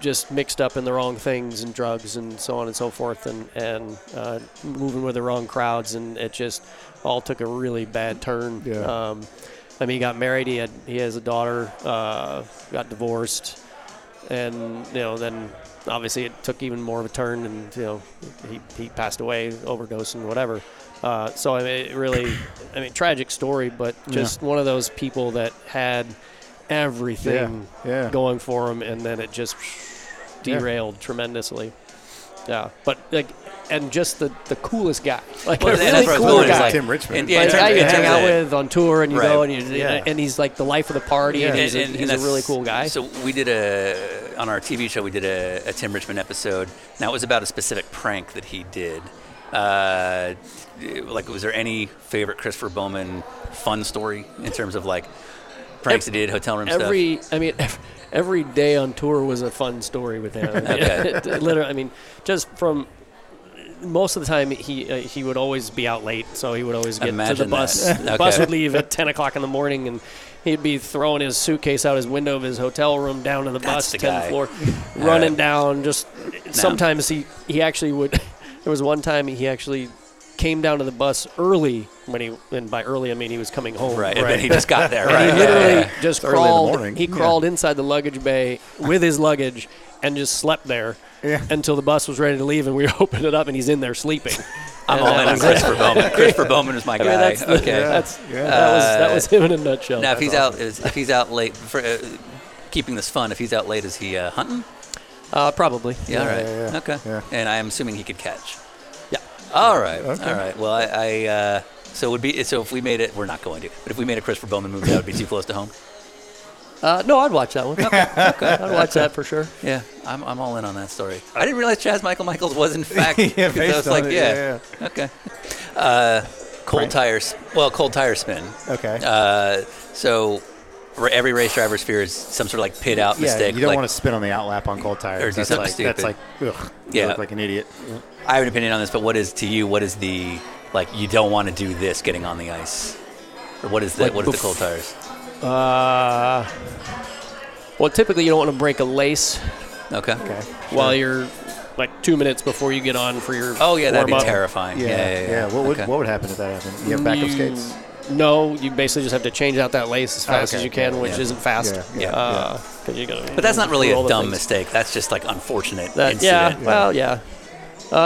just mixed up in the wrong things and drugs and so on and so forth and and uh, moving with the wrong crowds and it just all took a really bad turn. Yeah. Um, I mean, he got married. He had he has a daughter. Uh, got divorced, and you know then obviously it took even more of a turn and you know he, he passed away overdose and whatever. Uh, so I mean, it really, I mean, tragic story, but just one of those people that had everything Yeah, yeah. going for him, and then it just derailed tremendously. Yeah, but like, and just the the coolest guy, like Well, a and really that's what I was cool going, is guy. like- Tim Richmond. and- yeah, in Like, a terms- guy you in hang terms out of- with on tour, and you go, Right. and, you, Yeah. and he's like the life of the party, and Yeah. he's, a, he's a that's- really cool guy. So we did a on our TV show. We did a, a Tim Richmond episode. Now it was about a specific prank that he did. Uh, like, was there any favorite Christopher Bowman fun story in terms of like pranks he did, hotel room stuff? every i mean ev- every day on tour was a fun story with him Okay. literally i mean just from most of the time he uh, he would always be out late so he would always get to Imagine the bus that. the bus Okay. would leave at 10 o'clock in the morning and he'd be throwing his suitcase out his window of his hotel room down to the That's bus the 10th guy. floor running down just sometimes he he actually would there was one time he actually came down to the bus early when he and by early i mean he was coming home Right, and then he just got there. Right, and yeah, he literally yeah. just early in the crawled. morning. He Yeah. crawled inside the luggage bay with his luggage and just slept there Yeah. until the bus was ready to leave, and we opened it up, and he's in there sleeping. I'm And all that in on was it. Christopher Bowman. Christopher Bowman is my I guy. mean, that's the- okay. Uh, that's- Yeah. that was that was him in a nutshell. Now, if he's out, is, if he's out late for uh, keeping this fun, if he's out late, is he uh, hunting? uh, probably. Yeah, all right, yeah, yeah. okay. Yeah. And I'm assuming he could catch. Yeah. All right, all right. Well, I, I uh, so it would be so if we made it, we're not going to, but if we made a Christopher Bowman movie, that would be too close to home. Uh, no, I'd watch that one. I'd watch that for sure. Yeah, I'm, I'm all in on that story. I didn't realize Chaz Michael Michaels was in fact. Yeah, I was based on like, it, yeah, yeah, okay. Uh, cold tires. Well, cold tire spin. Okay. Uh, so r- every race driver's fear is some sort of like pit out yeah, mistake. you don't like, want to spin on the outlap on cold tires. Or do that's something like, That's like, stupid. ugh, you Yeah. look like an idiot. I have an opinion on this, but what is to you? What is the like? You don't want to do this getting on the ice, or what is the Like what is the bef- cold tires? Uh, well, typically you don't want to break a lace Okay. Okay. while you're like two minutes before you get on for your. Oh yeah, that'd be warm-up. terrifying. Yeah, Yeah, yeah. yeah, What would Okay. what would happen if that happened? You have backup You- skates. Mm, Oh, No, you basically just have to change out that lace as fast as okay. you can, which Yeah. isn't fast. Yeah, yeah, Uh, 'cause you gotta But that's not really a roll the dumb things. mistake. That's just like unfortunate That- yeah, incident. well, yeah. Um,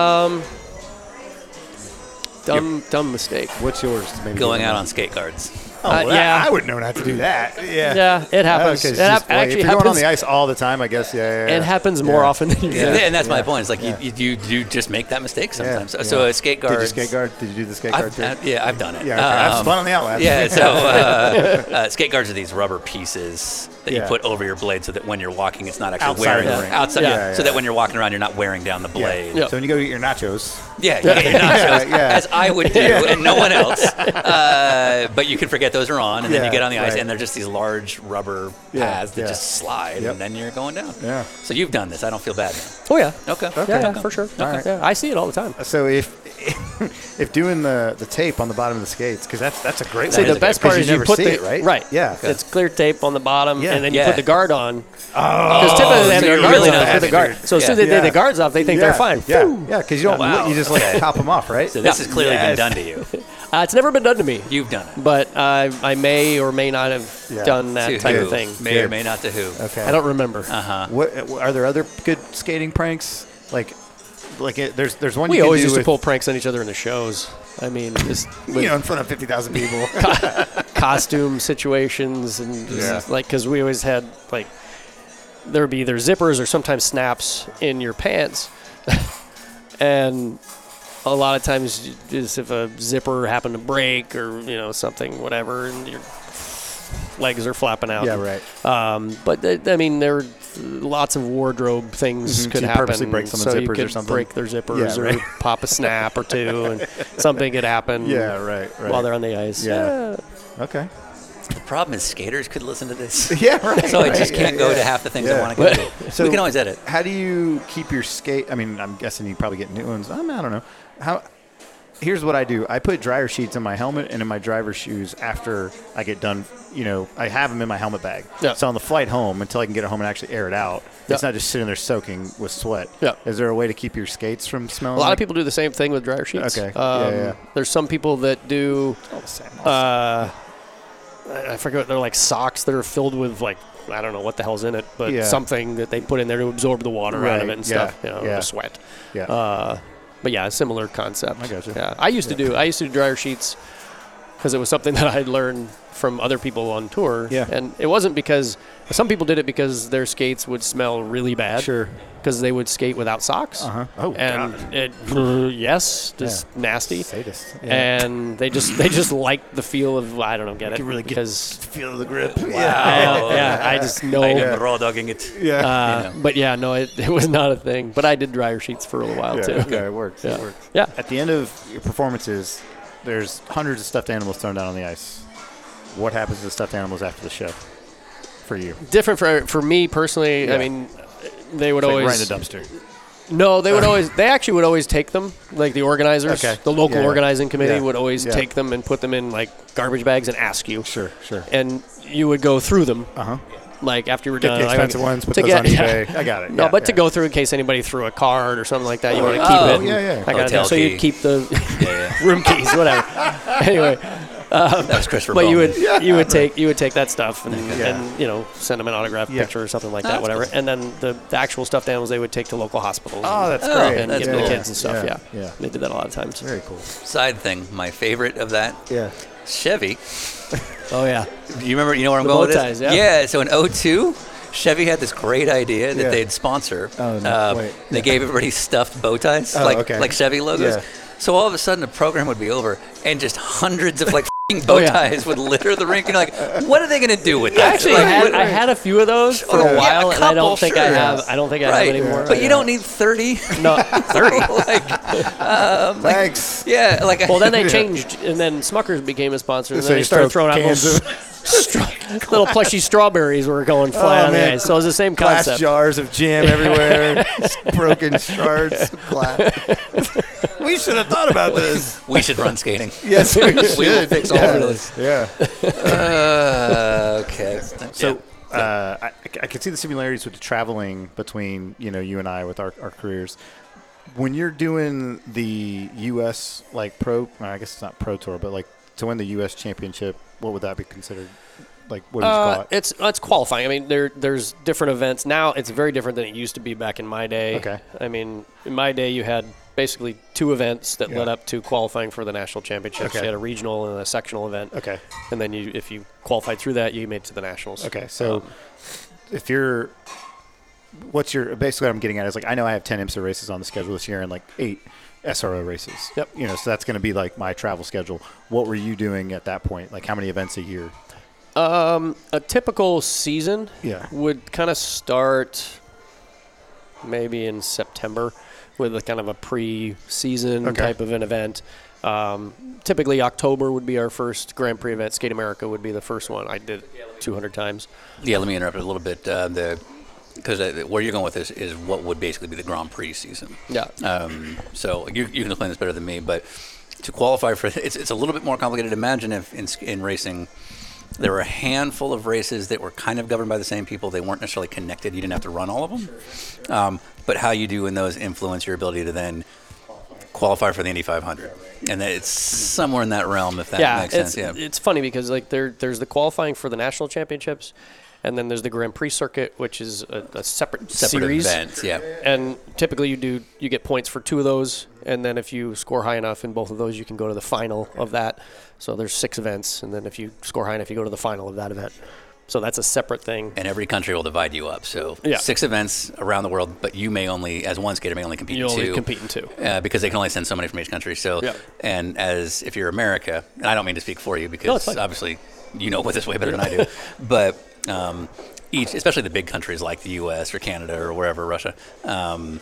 dumb, dumb mistake. What's yours? to Maybe Going give out them? on skate guards. Oh, Uh, well, that- yeah. I wouldn't know not to do that. Yeah. Yeah, it Oh, happens. 'cause it you hap- just- well, actually if you're going on happens. the ice all the time, I guess. Yeah. yeah, It yeah. happens more Yeah. often than you And think. th- and that's my yeah, point. It's like yeah. you, you, you, you just make that mistake sometimes. Yeah, So yeah. a skate Did guard. you skate guard? Did you do the skate guard I've, too? I- yeah, I've done it. yeah. Okay. I've Um, spun on the outlap. yeah, so uh, uh, skate guards are these rubber pieces that you Yeah. put over your blade so that when you're walking, it's not actually Outside wearing of the down- ring. outside. Yeah. Yeah, So yeah. that when you're walking around, you're not wearing down the blade. Yeah. So when you go to eat your nachos, Yeah, you get your nachos, Yeah, yeah. as I would do, and no one else. Uh, but you can forget those are on, and then you Yeah, get on the ice, right. and they're just these large rubber pads Yeah, that yeah. just slide, Yep. and then you're going down. Yeah. So you've done this. I don't feel bad. Now. Oh yeah. Okay. Yeah, yeah, for sure. right. Yeah, I see it all the time. so if if doing the the tape on the bottom of the skates, because that's that's a great. See, is way to a the good- best 'cause part you is you never put see the it, right? right. Yeah. it's clear tape on the bottom, Yeah. and then you Yeah. put the guard on. Oh. Oh, Because typically they have so their you're guards really on, not they put the happy. guard. So as soon as Yeah. they take Yeah. the guards off, they think they're Yeah, fine. Yeah, Phew. yeah, because you don't Wow. look, you just like Okay. pop them off, right? So this has clearly been Yes. done to you. Uh, it's never been done to me, You've done it. but I I may or may not have Yeah. done that to type who? Uh-huh. of thing. May or Good. may not to who. Okay. I don't remember. What are there other good skating pranks? Like, like it, there's there's one we you can always do used to with, pull pranks on each other in the shows. I mean, just with you know in front of fifty thousand people. costume situations and just, like because we always had like there would be either zippers or sometimes snaps in your pants, and a lot of times you- just if a zipper happened to break or you know something whatever and your legs are flapping out. yeah, right. Um, but th- I mean, there are lots of wardrobe things Mhm. could So you happen. purposely break someone's so you zippers or could something? break their zippers Yeah, or right. pop a snap or two, and something could happen. Yeah, right, right. While they're on the ice. Yeah. Oh. Okay. The problem is skaters could listen to this. Yeah, right. So I right, just yeah, can't go yeah. to half the things I Yeah. want to go to. So- we can always edit. How do you keep your skate? I mean, I'm guessing you probably get new ones. I, mean, I don't know. How? Here's what I do. I put dryer sheets in my helmet and in my driver's shoes after I get done. You know, I have them in my helmet bag. Yeah. So on the flight home, until I can get it home and actually air it out, it's Yeah. not just sitting there soaking with sweat. Yeah. Is there a way to keep your skates from smelling? A lot of like- people do the same thing with dryer sheets. Okay. Yeah, Um, yeah. There's some people that do. Oh, Sam, awesome. Uh, I I forget. They're like socks that are filled with like I don't know what the hell's in it, but Yeah. something that they put in there to absorb the water out of Right, it and yeah, stuff. You know, yeah. the sweat. yeah. Uh, but yeah, a similar concept. I gotcha. Yeah, I used to do. I used to do dryer sheets because it was something that I had learned from other people on tour. Yeah. And it wasn't because some people did it because their skates would smell really bad. Sure. Because they would skate without socks. Uh-huh. Oh, And God. it, yes, just nasty. Sadist. Yeah. And they just they just liked the feel of I don't know get it can really get- Oh, because feel the grip. I- Oh, yeah I just know I am raw dogging it. Yeah. uh, know. but yeah no it, it was not a thing but I did dryer sheets for a little while yeah, too yeah, it works. yeah It works. yeah At the end of your performances, there's hundreds of stuffed animals thrown down on the ice. What happens to the stuffed animals after the show? For you, different for for me personally. I Yeah. mean, they would Like always right in the dumpster. no, they would always they actually would always take them. Like the organizers, Okay. the local Yeah, yeah. organizing committee Yeah, would always yeah. take them and put them in like garbage bags and ask you. Sure, sure. And you would go through them Uh huh. like after you were Get done. the like, expensive ones, put to those get- on yeah. eBay. I got it. No, yeah, but to yeah. go through in case anybody threw a card or something like that, you want to Oh, keep it. yeah, and yeah. that kind of Hotel thing. So key. you'd keep the Yeah, room keys, whatever. anyway, yeah. That was Christopher but you Bowman. would you would take you would take that stuff and, Yeah. and you know send them an autographed Yeah. picture or something like Oh, that, that's whatever. cool. And then the, the actual stuffed animals they would take to local hospitals. Oh, that's Oh, great. and that's give them cool. to kids and stuff. Yeah. Yeah. they did that a lot of times. Very cool. Side thing, my favorite of that Yeah. Chevy. Oh yeah, Do you remember? You know where I'm The going bow with ties, this? yeah. So in 02, Chevy had this great idea that Yeah. they'd sponsor. uh, Oh, no, wait. They gave everybody stuffed bow ties, Oh, like okay. like Chevy logos. Yeah. So all of a sudden, the program would be over, and just hundreds of like bow Oh, yeah. ties would litter the rink. And you're like, what are they going to do with that? Actually, Like, I, had, what- I had a few of those for Yeah, a a while, and I couple, don't think I sure. have. I don't think I right. have anymore. But you don't need 30. No, thirty. like, Thanks. yeah, like Well, then they changed, and then Smuckers became a sponsor, and So then you they started throw throwing out cans little, stra- little plushy strawberries were going flying Oh, on the man. ice. So it was the same glass concept. jars of jam everywhere, broken shards of glass. we should have thought about this. we should run skating. Yes, we should. We will fix all yeah. of those. Yeah. Uh, okay. So uh, I, I can see the similarities with the traveling between you know you and I with our, our careers. When you're doing the U.S. like pro, well, I guess it's not pro tour, but like to win the U.S. championship, what would that be considered? Like what do you Uh, call it? It's it's qualifying. I mean, there there's different events now. It's very different than it used to be back in my day. Okay. I mean, in my day, you had basically two events that Yeah. led up to qualifying for the national championships. Okay. You had a regional and a sectional event. Okay, And then you, if you qualified through that, you made it to the nationals. okay. So if you're, what's your basically what I'm getting at is like I know I have ten IMSA races on the schedule this year and like eight SRO races. Yep. You know, so that's going to be like my travel schedule. What were you doing at that point? Like how many events a year? a typical season Yeah. would kind of start maybe in September with a kind of a pre-season Okay. type of an event. Um, typically, October would be our first Grand Prix event. Skate America would be the first one. I did it 200 times. Yeah, let me interrupt a little bit. Uh, the because uh, where you're going with this is what would basically be the Grand Prix season. Yeah. Um, so you, you can explain this better than me, but to qualify for it's it's a little bit more complicated. Imagine if in, sk- in racing. There were a handful of races that were kind of governed by the same people. They weren't necessarily connected. You didn't have to run all of them. Um, but how you do in those influence your ability to then qualify for the Indy 500. And that it's somewhere in that realm, if that yeah, makes it's, sense. Yeah. it's funny because like there, there's the qualifying for the national championships, and then there's the Grand Prix circuit, which is a, a separate, Separate series. events. Yeah. and typically you do you get points for two of those and then if you score high enough in both of those you can go to the final of that so there's six events and then if you score high enough you go to the final of that event so that's a separate thing and every country will divide you up. So Yeah. six events around the world, but you may only, as one skater, may only compete you in only two. compete in two Uh, because they can only send so many from each country. So, Yeah. and as if you're America, and I don't mean to speak for you because fine. obviously you know this way better than I do, but um, each, especially the big countries like the U.S. or Canada or wherever Russia, um,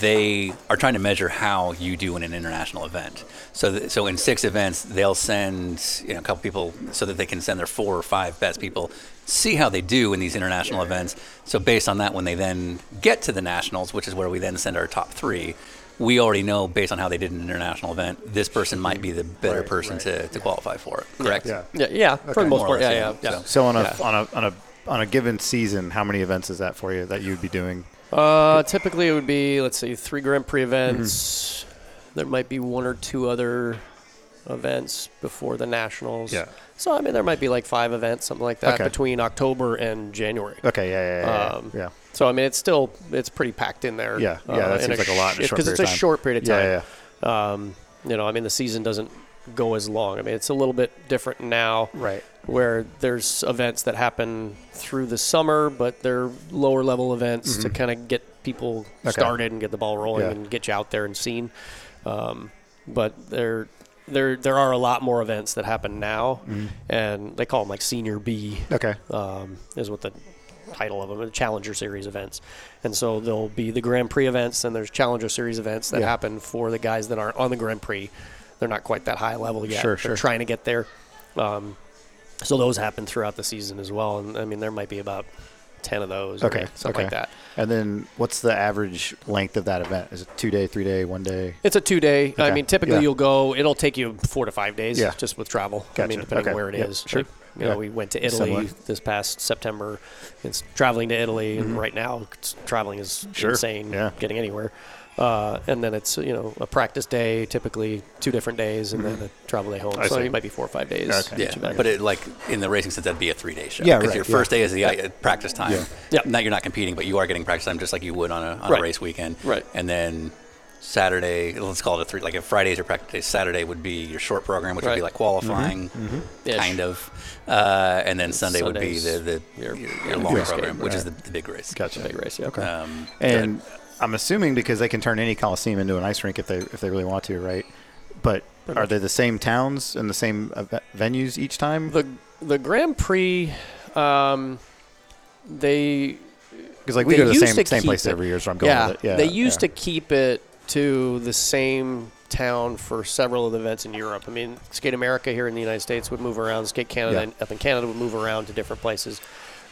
they are trying to measure how you do in an international event. So, th- so in six events, they'll send you know a couple people so that they can send their four or five best people. See how they do in these international events. So based on that, when they then get to the nationals, which is where we then send our top three, we already know based on how they did in an international event, this person might be the better person to, to qualify for it. Correct? Mm-hmm. Yeah. yeah yeah for the most More or part yeah less, yeah, yeah. yeah. So on a on a on a on a given season, how many events is that for you that you'd be doing? Uh, typically it would be let's say three grand prix events Mm-hmm. there might be one or two other events before the nationals Yeah. so i mean there might be like five events something like that Okay. between october and january Okay, yeah, yeah, yeah, yeah. Um, yeah. So I mean, it's still it's pretty packed in there. uh, Yeah, yeah, that in seems like a lot in a short because it's period a of time. short period of Yeah, time. yeah, Um, you know, I mean, the season doesn't go as long. I mean, it's a little bit different now, Right. Where there's events that happen through the summer, but they're lower level events to kind of get people Mm-hmm. Okay. started and get the ball rolling Yeah. and get you out there and seen. Um, but there, there, there are a lot more events that happen now, and they call them like Senior B Mm-hmm. Okay. um, is what the title of them, the Challenger Series events. And so there'll be the Grand Prix events, and there's Challenger Series events that Yeah. happen for the guys that aren't on the Grand Prix. They're not quite that high level yet. Sure, They're sure. trying to get there. Um, so those happen throughout the season as well. And I mean, there might be about 10 of those Okay, or something like okay. that. And then what's the average length of that event? Is it two day, three day, one day? It's a two day. I Okay. mean, typically Yeah. you'll go, it'll take you four to five days Yeah. just with travel. I mean, Gotcha. depending Okay. where it is. Yep. Sure. Like, you know, Yeah. we went to Italy Similar. this past September. It's traveling to Italy, and right now it's, traveling is Mm-hmm. Sure. insane, Yeah. getting anywhere. Uh, and then it's, you know, a practice day, typically two different days, and then a travel day home. Mm-hmm. I so see. it might be four or five days. Okay. Yeah, each event. but it, like in the racing sense, that'd be a three-day show. Yeah, because right, your yeah. first day is the uh, practice time. Yeah. Yeah. Now you're not competing, but you are getting practice time just like you would on a on Right. a race weekend. Right. And then Saturday, let's call it a three. Like if Fridays are practice days, Saturday would be your short program, which would be Right. like qualifying, Ish. kind of, uh, and then Sunday would be the Sundays, the your, your- your long your program, skate, which is the, right. the big race. Gotcha. Uh, Big race, yeah. Okay. Um, and I'm assuming because they can turn any coliseum into an ice rink if they if they really want to, right? But are they the same towns and the same uh, ve- venues each time? The the Grand Prix, um, they Because like we they go to the used same to same keep place it- every year, so I'm going yeah, with it. Yeah, they used yeah. to keep it to the same town for several of the events in Europe. I mean, Skate America here in the United States would move around. Skate Canada Yeah. and up in Canada would move around to different places.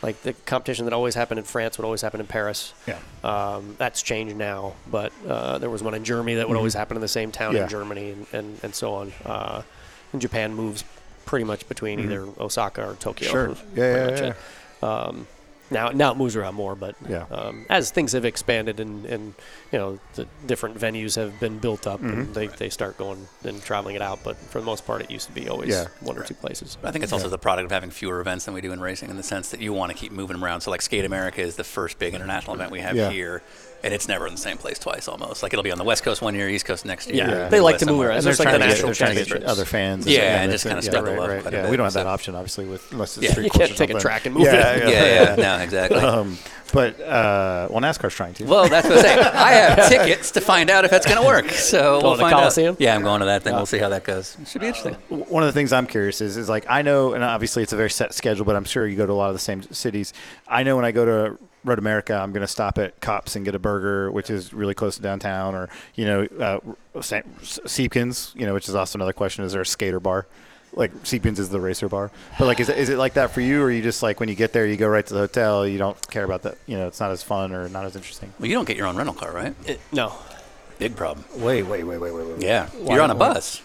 Like the competition that always happened in France would always happen in Paris. Yeah. Um, that's changed now, but uh, there was one in Germany that would always happen in the same town Mm-hmm. Yeah. in Germany and, and, and so on. Uh, and Japan moves pretty much between either Osaka or Tokyo. Mm-hmm. Sure. That's Yeah, pretty yeah, much yeah, it. Um, now, now it moves around more, but Yeah. um, as things have expanded and, and you know the different venues have been built up, Mm-hmm. and they, they start going and traveling it out. But for the most part, it used to be always Yeah. one or two places. I think it's also the product of having fewer events than we do in racing in the sense that you want to keep moving around. So, like, Skate America is the first big international event we have Yeah. here, and it's never in the same place twice almost. Like, it'll be on the West Coast one year, East Coast next year. Yeah. and They like Midwest to move somewhere. around. And They're there's trying like the to get- national they're trying to get championships. other fans. Yeah, something and like just that. kinda Yeah, spread the right, love right, quite a Yeah, bit, we don't have so. that option obviously with unless it's Yeah. three You can't courses or take a something. track and move it. yeah, yeah, no, exactly. Um, but uh, well, NASCAR's trying to. Well, that's what I'm saying. I have tickets to find out if that's going to work. So we'll to the find Coliseum? out. Yeah, I'm going to that thing. We'll see how that goes. It should be interesting. W- one of the things I'm curious is is like I know, and obviously it's a very set schedule, but I'm sure you go to a lot of the same cities. I know when I go to Road America, I'm going to stop at Cops and get a burger, which is really close to downtown, or you know, uh, Sa- Seepkins, you know, which is also another question: is there a skater bar? Like Seepkins is the racer bar, but like, is it, is it like that for you, or you just like when you get there, you go right to the hotel, you don't care about that, you know, it's not as fun or not as interesting. Well, you don't get your own rental car, right? It- uh, no, Big problem. Wait, wait, wait, wait, wait, wait. Yeah, you're on a bus.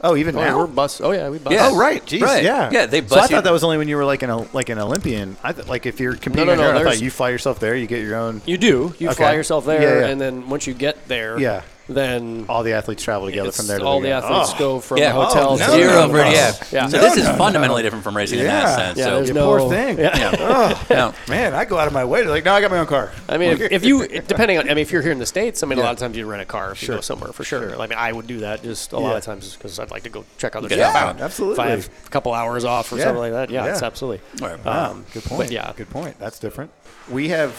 Oh, even now we're bus. Oh yeah, we bus. Yeah. Oh right, jeez, Right. yeah, Yeah, they So bus I you- thought that was only when you were like an Ol- like an Olympian. I th- like if you're competing, no, on no, your own, I there's- thought you fly yourself there, you get your own. You do. You Okay. fly yourself there, Yeah, yeah. and then once you get there, Yeah. then All the athletes travel together it's from there. To all the there. athletes Oh. go from Yeah, hotel Oh, to no, zero no, over. no. Yeah. Yeah. So No, this is fundamentally different from racing in that Yeah. sense. Yeah, so there's You no- poor thing. Oh, Yeah. man, I go out of my way to like, no, I got my own car. I mean, if, if you depending on, I mean, if you're here in the states, I mean, a lot of times you rent a car if Sure. you go somewhere for sure. I mean, I would do that just a lot Yeah. of times because I'd like to go check other Get stuff out. out. If Absolutely. I have a couple hours off or Yeah. something like that, yeah, Yeah. it's absolutely. Right. Wow, Um, good but point. yeah. good point. That's different. We have,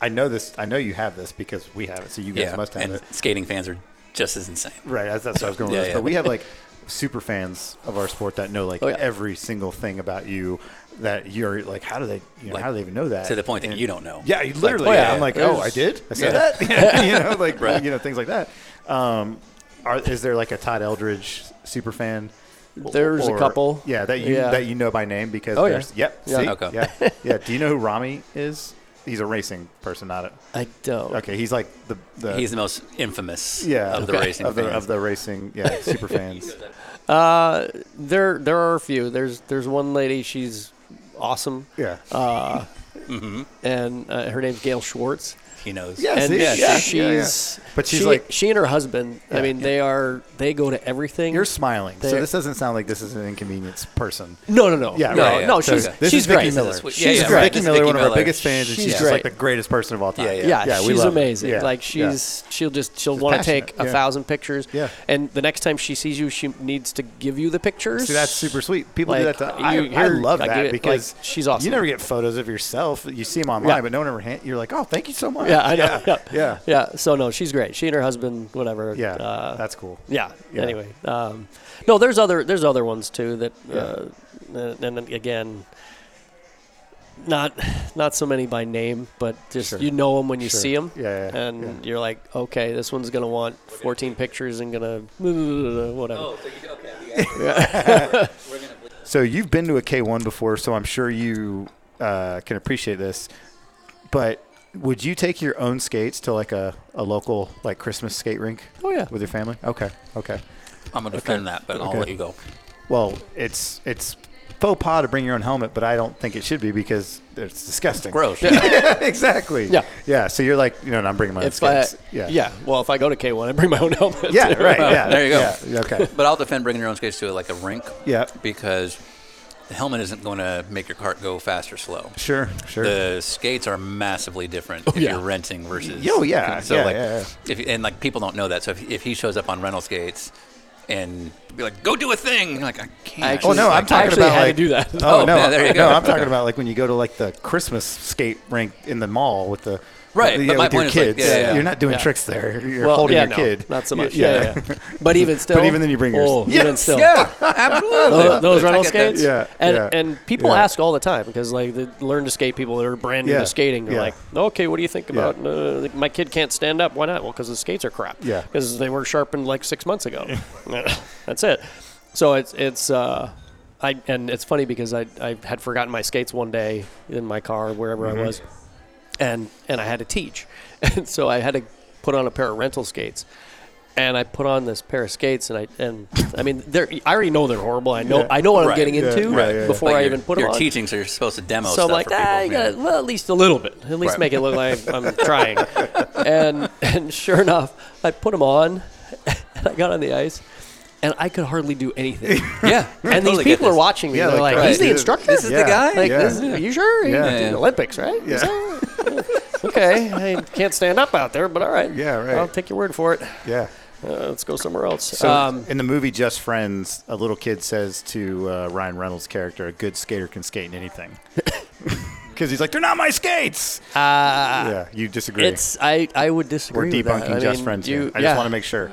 I know this. I know you have this because we have it. So you guys yeah. must have and it. skating fans are just as insane. Right, that's, that's what I was going with. Yeah, this. yeah. But we have like super fans of our sport that know like Oh, yeah. every single thing about you. That you're like, how do they, you know, Like, how do they even know that? to the point that And- you don't know. Yeah, you literally. oh, yeah. I'm like, oh, There's- I did. I said Yeah. that. you know, like Right. you know things like that. Um, are, is there like a Todd Eldridge super fan? There's a couple. Yeah, that you Yeah. that you know by name because. Oh, yeah. there's, Yep. Yeah. See? Okay. Yeah. Yeah. Do you know who Rami is? He's a racing person, not a. I don't. Okay, he's like the the. He's the most infamous yeah, of the okay. racing of the, fans. of the racing yeah super fans. Uh, there there are a few. There's there's one lady. She's awesome, Yeah. Uh, and uh, her name's Gail Schwartz. he knows. Yeah, And see? yeah, Yeah, she's yeah, yeah. But she's she, like- she and her husband. I Yeah. mean, they are they go to everything. You're smiling, so They're- this doesn't sound like this is an inconvenience person. no, no, no, Yeah, no, right, yeah. no. So She's This she's is Vicky great. Miller. This is- She's yeah, yeah, Vicky right. This is Miller, Vicky one of Miller. our biggest fans, and She's she's, just like great. the greatest person of all time. Yeah, yeah. yeah, we she's love her. amazing. Yeah, Like yeah. she's she'll just she'll want to take passionate, a yeah. thousand pictures. Yeah. And the next time she sees you, she needs to give you the pictures. See, that's super sweet. People do Like, that. To, I, you- I her- love I that give it- because like, she's awesome. You never get photos of yourself. You see them online, Yeah. but no one ever. Hand, you're like, oh, thank you so much. Yeah, I know. Yeah. yeah, Yeah, So no, she's great. She and her husband, whatever. yeah. Uh, that's cool. yeah. yeah. Anyway, um, no, there's other there's other ones too that, uh, and, and then again, not not so many by name, but just Sure. you know them when you Sure. see them. Yeah, yeah, And yeah. you're like, okay, this one's gonna want 14 pictures and gonna whatever. So you've been to a K1 before, so I'm sure you uh, can appreciate this. But would you take your own skates to like a, a local like Christmas skate rink? Oh, yeah. with your family. Okay, okay. I'm going to defend that, but I'll Okay. let you go. Well, it's it's faux pas to bring your own helmet, but I don't think it should be because it's disgusting. Gross. exactly. Yeah. Yeah. So you're like, you know, and I'm bringing my own If I, skates. yeah. yeah. Well, if I go to K1, I bring my own helmet. Yeah. Right. Yeah. There you go. Yeah, okay. But I'll defend bringing your own skates to like a rink Yeah. because the helmet isn't going to make your cart go fast or slow. Sure. Sure. The skates are massively different if yeah. you're renting versus. Oh, yeah. So Yeah, like, yeah, if and like people don't know that. So if, if he shows up on rental skates and be like, "Go do a thing," you're like I can't. I actually- oh no, I I'm talking actually about had to like do that. Oh, Oh, no, man, there you go. no, I'm talking about like when you go to like the Christmas skate rink in the mall with the Right, but Yeah, my with your point is, like, kids. yeah, yeah, You're not doing yeah. tricks there. You're Well, holding yeah, your no, kid. Not so Y- much. Yeah, yeah. But even still. even then you bring yours. Oh, even Yes. still. Yeah, absolutely. Those, I those rental get that. skates. Yeah, And yeah, and people yeah. ask all the time because like the learn to skate people that are brand new Yeah, to skating. They're yeah. like, okay, what do you think Yeah. about uh, like, my kid can't stand up? Why not? Well, because the skates are crap. Yeah. Because they were sharpened like six months ago. That's it. So it's it's. Uh, I, and it's funny because I, I had forgotten my skates one day in my car wherever I was, and and I had to teach, and so I had to put on a pair of rental skates, and I put on this pair of skates, and I and I mean they're I already know they're horrible. I know Yeah. I know what Right. I'm getting Yeah, into right, yeah, yeah. before Like, I you're- even put them You're on. teaching, so you're supposed to demo so stuff I'm like, for people. ah, you yeah. gotta, well, at least a little bit. At least Right. make it look like I'm trying. and and sure enough, I put them on, and I got on the ice, and I could hardly do anything. Yeah, I and totally these get people are this. watching me. Yeah, they're like, like, right. he's the Dude, instructor. This is Yeah. the guy. Like, Yeah. this is, are you sure? He Yeah. did Yeah. the Olympics, right? "Oh, Yeah. okay, I can't stand up out there, but all right. Yeah, right. I'll take your word for it. yeah. Uh, let's go somewhere else. So um, in the movie Just Friends, a little kid says to uh, Ryan Reynolds' character, "A good skater can skate in anything." Because he's like, "They're not my skates." yeah, you disagree. Uh, it's I, I would disagree. We're with that. debunking I Just mean, Friends you- here. I yeah. just want to make sure.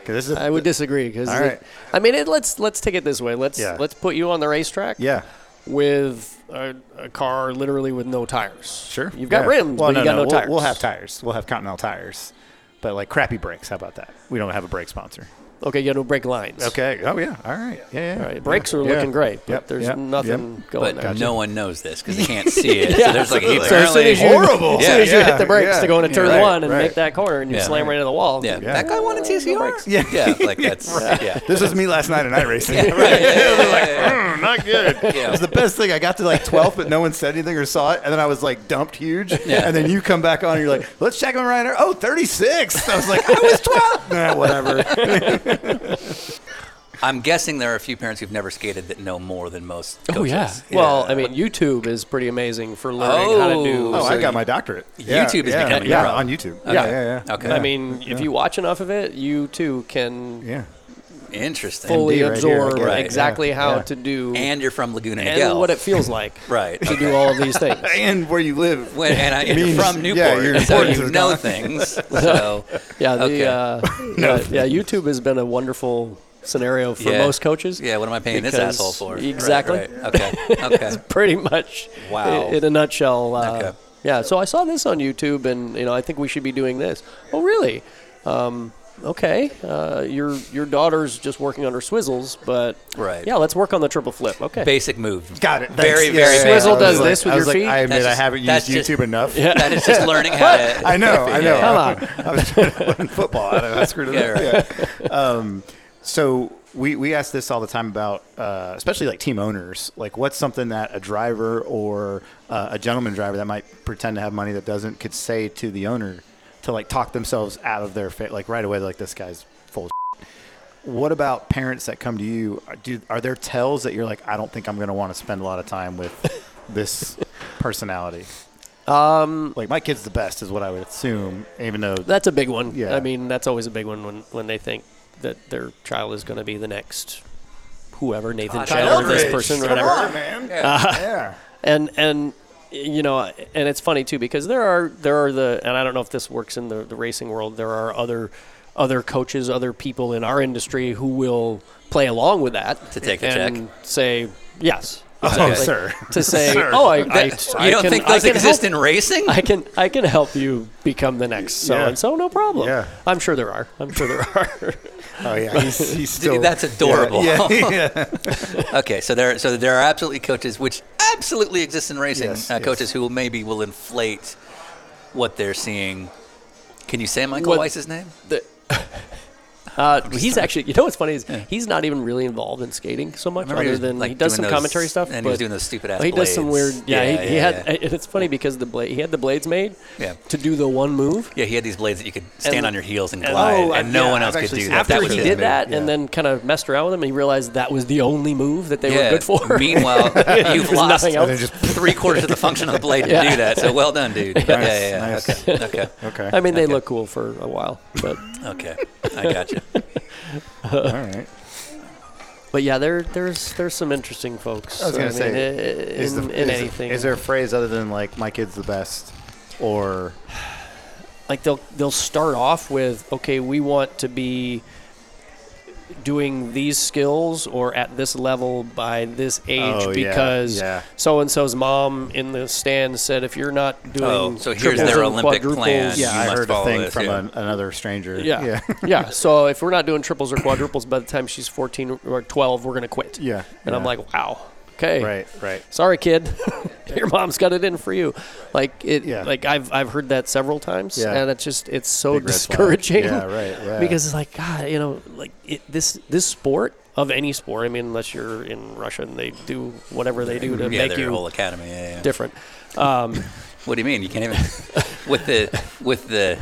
Because this is a, I would disagree because All right. I mean it, let's let's take it this way. Let's Yeah. let's put you on the racetrack. yeah. With a, a car literally with no tires. Sure. You've got Yeah. rims, Well, but you got no we'll, tires. We'll have tires. We'll have Continental tires, but like crappy brakes. How about that? We don't have a brake sponsor. Okay, you got no brake lines. Okay. Oh yeah. All right. Yeah. yeah. All right, brakes are Yeah. looking great, but Yep. there's Yep. nothing Yep. going But there. no one knows this because they can't see it. So there's like So as soon apparently- as you, Horrible. as soon as you Yeah, hit the brakes yeah, to go into turn yeah. one and Right, make that corner and you Yeah. slam right into the wall, yeah, Yeah. that guy wanted TCR. Yeah. yeah, like that's yeah. This was me last night in iRacing. racing. "Mm, not good. It was the best thing. I got to like 12th, but no one said anything or saw it. And then I was like dumped huge. Yeah. And then you come back on and you're like, let's check on Ryder. Oh, 36. I was like, I was 12. nah, whatever. I'm guessing there are a few parents who've never skated that know more than most. Coaches. Oh yeah. Well, I mean, YouTube is pretty amazing for learning how to do. Oh, Oh, I I got my doctorate. YouTube is becoming yeah, your own. on YouTube. Okay. Yeah, yeah, yeah. Okay. Yeah. I mean, if you watch enough of it, you too can yeah. Interesting. MD fully right here, absorb okay. Right, exactly yeah, how yeah. to do and you're from Laguna and Niguel. what it feels like right. to do okay. all of these things. And where you live. When, and I, you're Means- from yeah, Newport, so your importance you is know gone. things. So Yeah, the, Okay. uh, yeah, yeah, YouTube has been a wonderful scenario for yeah. most coaches. Yeah, what am I paying this Because- asshole for? Right, exactly. right. Okay. Okay. Pretty much. Wow. In, in a nutshell. Uh, Okay. Yeah. So I saw this on YouTube, and you know, I think we should be doing this. Oh, really? Um, okay. Uh, your your daughter's just working under swizzles, but Right. yeah, let's work on the triple flip. Okay. Basic move. Got it. Very, very Thanks. Yeah, yeah, basic. Swizzle yeah. I was does this with I was your feet? I admit That's I just- haven't used that's YouTube just- enough. That is just learning how to. I know, I know. Come I- I was trying to learn football. I, don't know, I screwed it Yeah, up. Yeah. Um, so we, we ask this all the time about, uh, especially like team owners, like what's something that a driver or uh, a gentleman driver that might pretend to have money that doesn't could say to the owner to like talk themselves out of their fa- like right away like this guy's full. Of shit. what about parents that come to you? Are- Do are there tells that you're like I don't think I'm going to want to spend a lot of time with this personality? Like my kid's the best is what I would assume, even though That's a big one. Yeah. I mean, that's always a big one when, when they think that their child is going to be the next whoever Nathan Todd Chandler, this Eldridge. person, or Come whatever. on, man. Yeah. and and you know and it's funny too because there are there are the and i don't know if this works in the, the racing world there are other other coaches other people in our industry who will play along with that To take the and check. say yes Oh, Okay. sir. to say Sir. oh i, I, That- I you don't can, think I those can exist help, in racing? i can i can help you become the next so Yeah. and so no problem Yeah. i'm sure there are i'm sure there are Oh yeah, he's, he's still. That's adorable. Yeah, yeah. Okay, so there, so there are absolutely coaches which absolutely exist in racing. Yes, uh, yes. Coaches who maybe will inflate what they're seeing. Can you say Michael What- Weiss's name? The- Uh, he's actually, you know, what's funny is he's not even really involved in skating so much, remember he other was, than like, he does doing some those- commentary stuff. and he was but doing those stupid-ass He does some weird, blades. yeah. Yeah, he, he yeah, had, yeah. and it's funny because the blade, he had the blades made Yeah. to do the one move. Yeah, he had these blades that you could stand And- on your heels and and- glide, oh, and I've- no yeah, one I've else could actually do seen that. that. After that was he his did move. that, Yeah. and then kind of messed around with him, and he realized that was the only move that they Yeah. were good for. Meanwhile, you've There's lost nothing else. And then just- three quarters of the function of the blade to Yeah. do that. So well done, dude. Yeah, yeah, yeah. nice. Okay, okay, Okay. I mean, they Okay. look cool for a while, but okay. I got you. All right. but yeah, there there's there's some interesting folks. I was gonna mean, say, i- i- in, Is the- in is- anything. Is there a phrase other than like "my kid's the best" or like they'll they'll start off with okay, we want to be doing these skills or at this level by this age Oh, yeah, because yeah. so and so's mom in the stand said if you're not doing Oh, so here's their triples and Olympic plan. quadruples- Yeah, Yeah, You I must heard a follow thing this, from yeah. an, another stranger. Yeah. Yeah. So if we're not doing triples or quadruples by the time she's 14 or 12, we're going to quit. Yeah. And I'm Yeah. like, wow. Okay. Right, right. Sorry, kid. Your mom's got it in for you. Like it. Yeah. Like I've I've heard that several times, Yeah. and it's just it's so Big red flag. discouraging. Yeah, right, yeah. Because it's like God, you know, like it, this this sport of any sport. I mean, unless you're in Russia and they do whatever they do to yeah, make their whole you academy. Yeah, yeah. different. Um, What do you mean? You can't even with the with the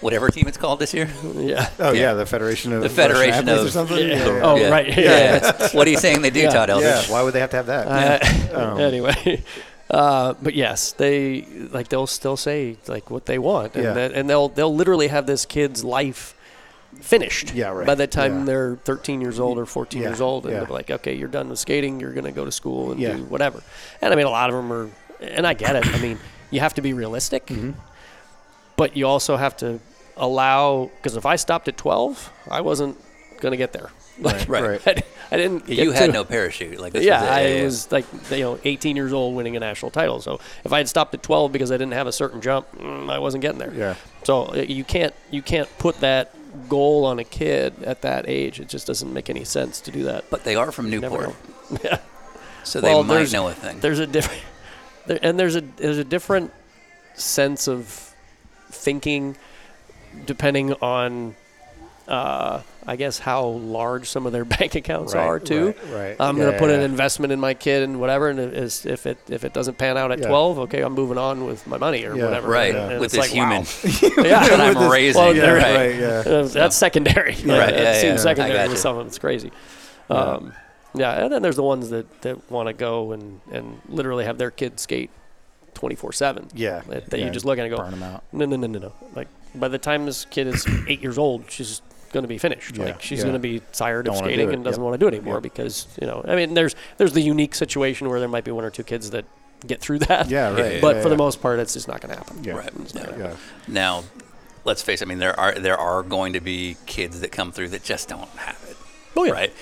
whatever team it's called this year. yeah. Oh yeah, Yeah. the Federation of The Federation Russian Athletes of- or something. Yeah. Yeah. Oh, yeah. right. Yeah. what are you saying they do, Yeah. Todd Eldridge? Yeah, Why would they have to have that? Oh. Uh, anyway, uh, but yes, they like they'll still say like what they want, and Yeah. that, and they'll they'll literally have this kid's life finished. Yeah, right. By the time Yeah. they're 13 years old or 14 Yeah, years old, and yeah. they're like, okay, you're done with skating, you're gonna go to school and Yeah. do whatever. And I mean, a lot of them are, and I get it. I mean, you have to be realistic, Mm-hmm. but you also have to allow because if I stopped at 12, I wasn't gonna get there. Like, Right. I, didn't. Yeah, get you had to- no parachute. Like this yeah, was I it. was like you know 18 years old winning a national title. So if I had stopped at 12 because I didn't have a certain jump, mm, I wasn't getting there. Yeah. So uh, you can't you can't put that goal on a kid at that age. It just doesn't make any sense to do that. But they are from You never Newport, know. so Well, they might there's- know a thing. There's a different there, and there's a there's a different sense of thinking depending on uh, I guess how large some of their bank accounts Right, are too. right, right. I'm Yeah, going to yeah, put an yeah. investment in my kid and whatever, and it is, if it if it doesn't pan out at Yeah. 12, okay, I'm moving on with my money or Yeah. whatever. right And- and with it's this like, human wow. yeah, that I'm this- raising. well, yeah, they're right. right. Yeah. Uh, that's secondary. Like, Right, That yeah, seems yeah. I secondary got to you. someone. It's crazy. Um, yeah, and then there's the ones that, that want to go and, and literally have their kids skate 24 7. Yeah. That, that yeah. you just look at and go, burn them out. no, no, no, no, no. Like, by the time this kid is eight years old, she's going to be finished. Yeah, Like, she's yeah. going to be tired Don't of wanna do skating it, and doesn't yep. want to do it anymore Yep. because, you know, I mean, there's there's the unique situation where there might be one or two kids that get through that. Yeah, right. But yeah, for the yeah. most part, it's just not going to happen. Yeah. Right. It's not gonna Yeah. Now, let's face. it, I mean, there are there are going to be kids that come through that just don't have it. Oh, yeah. Right?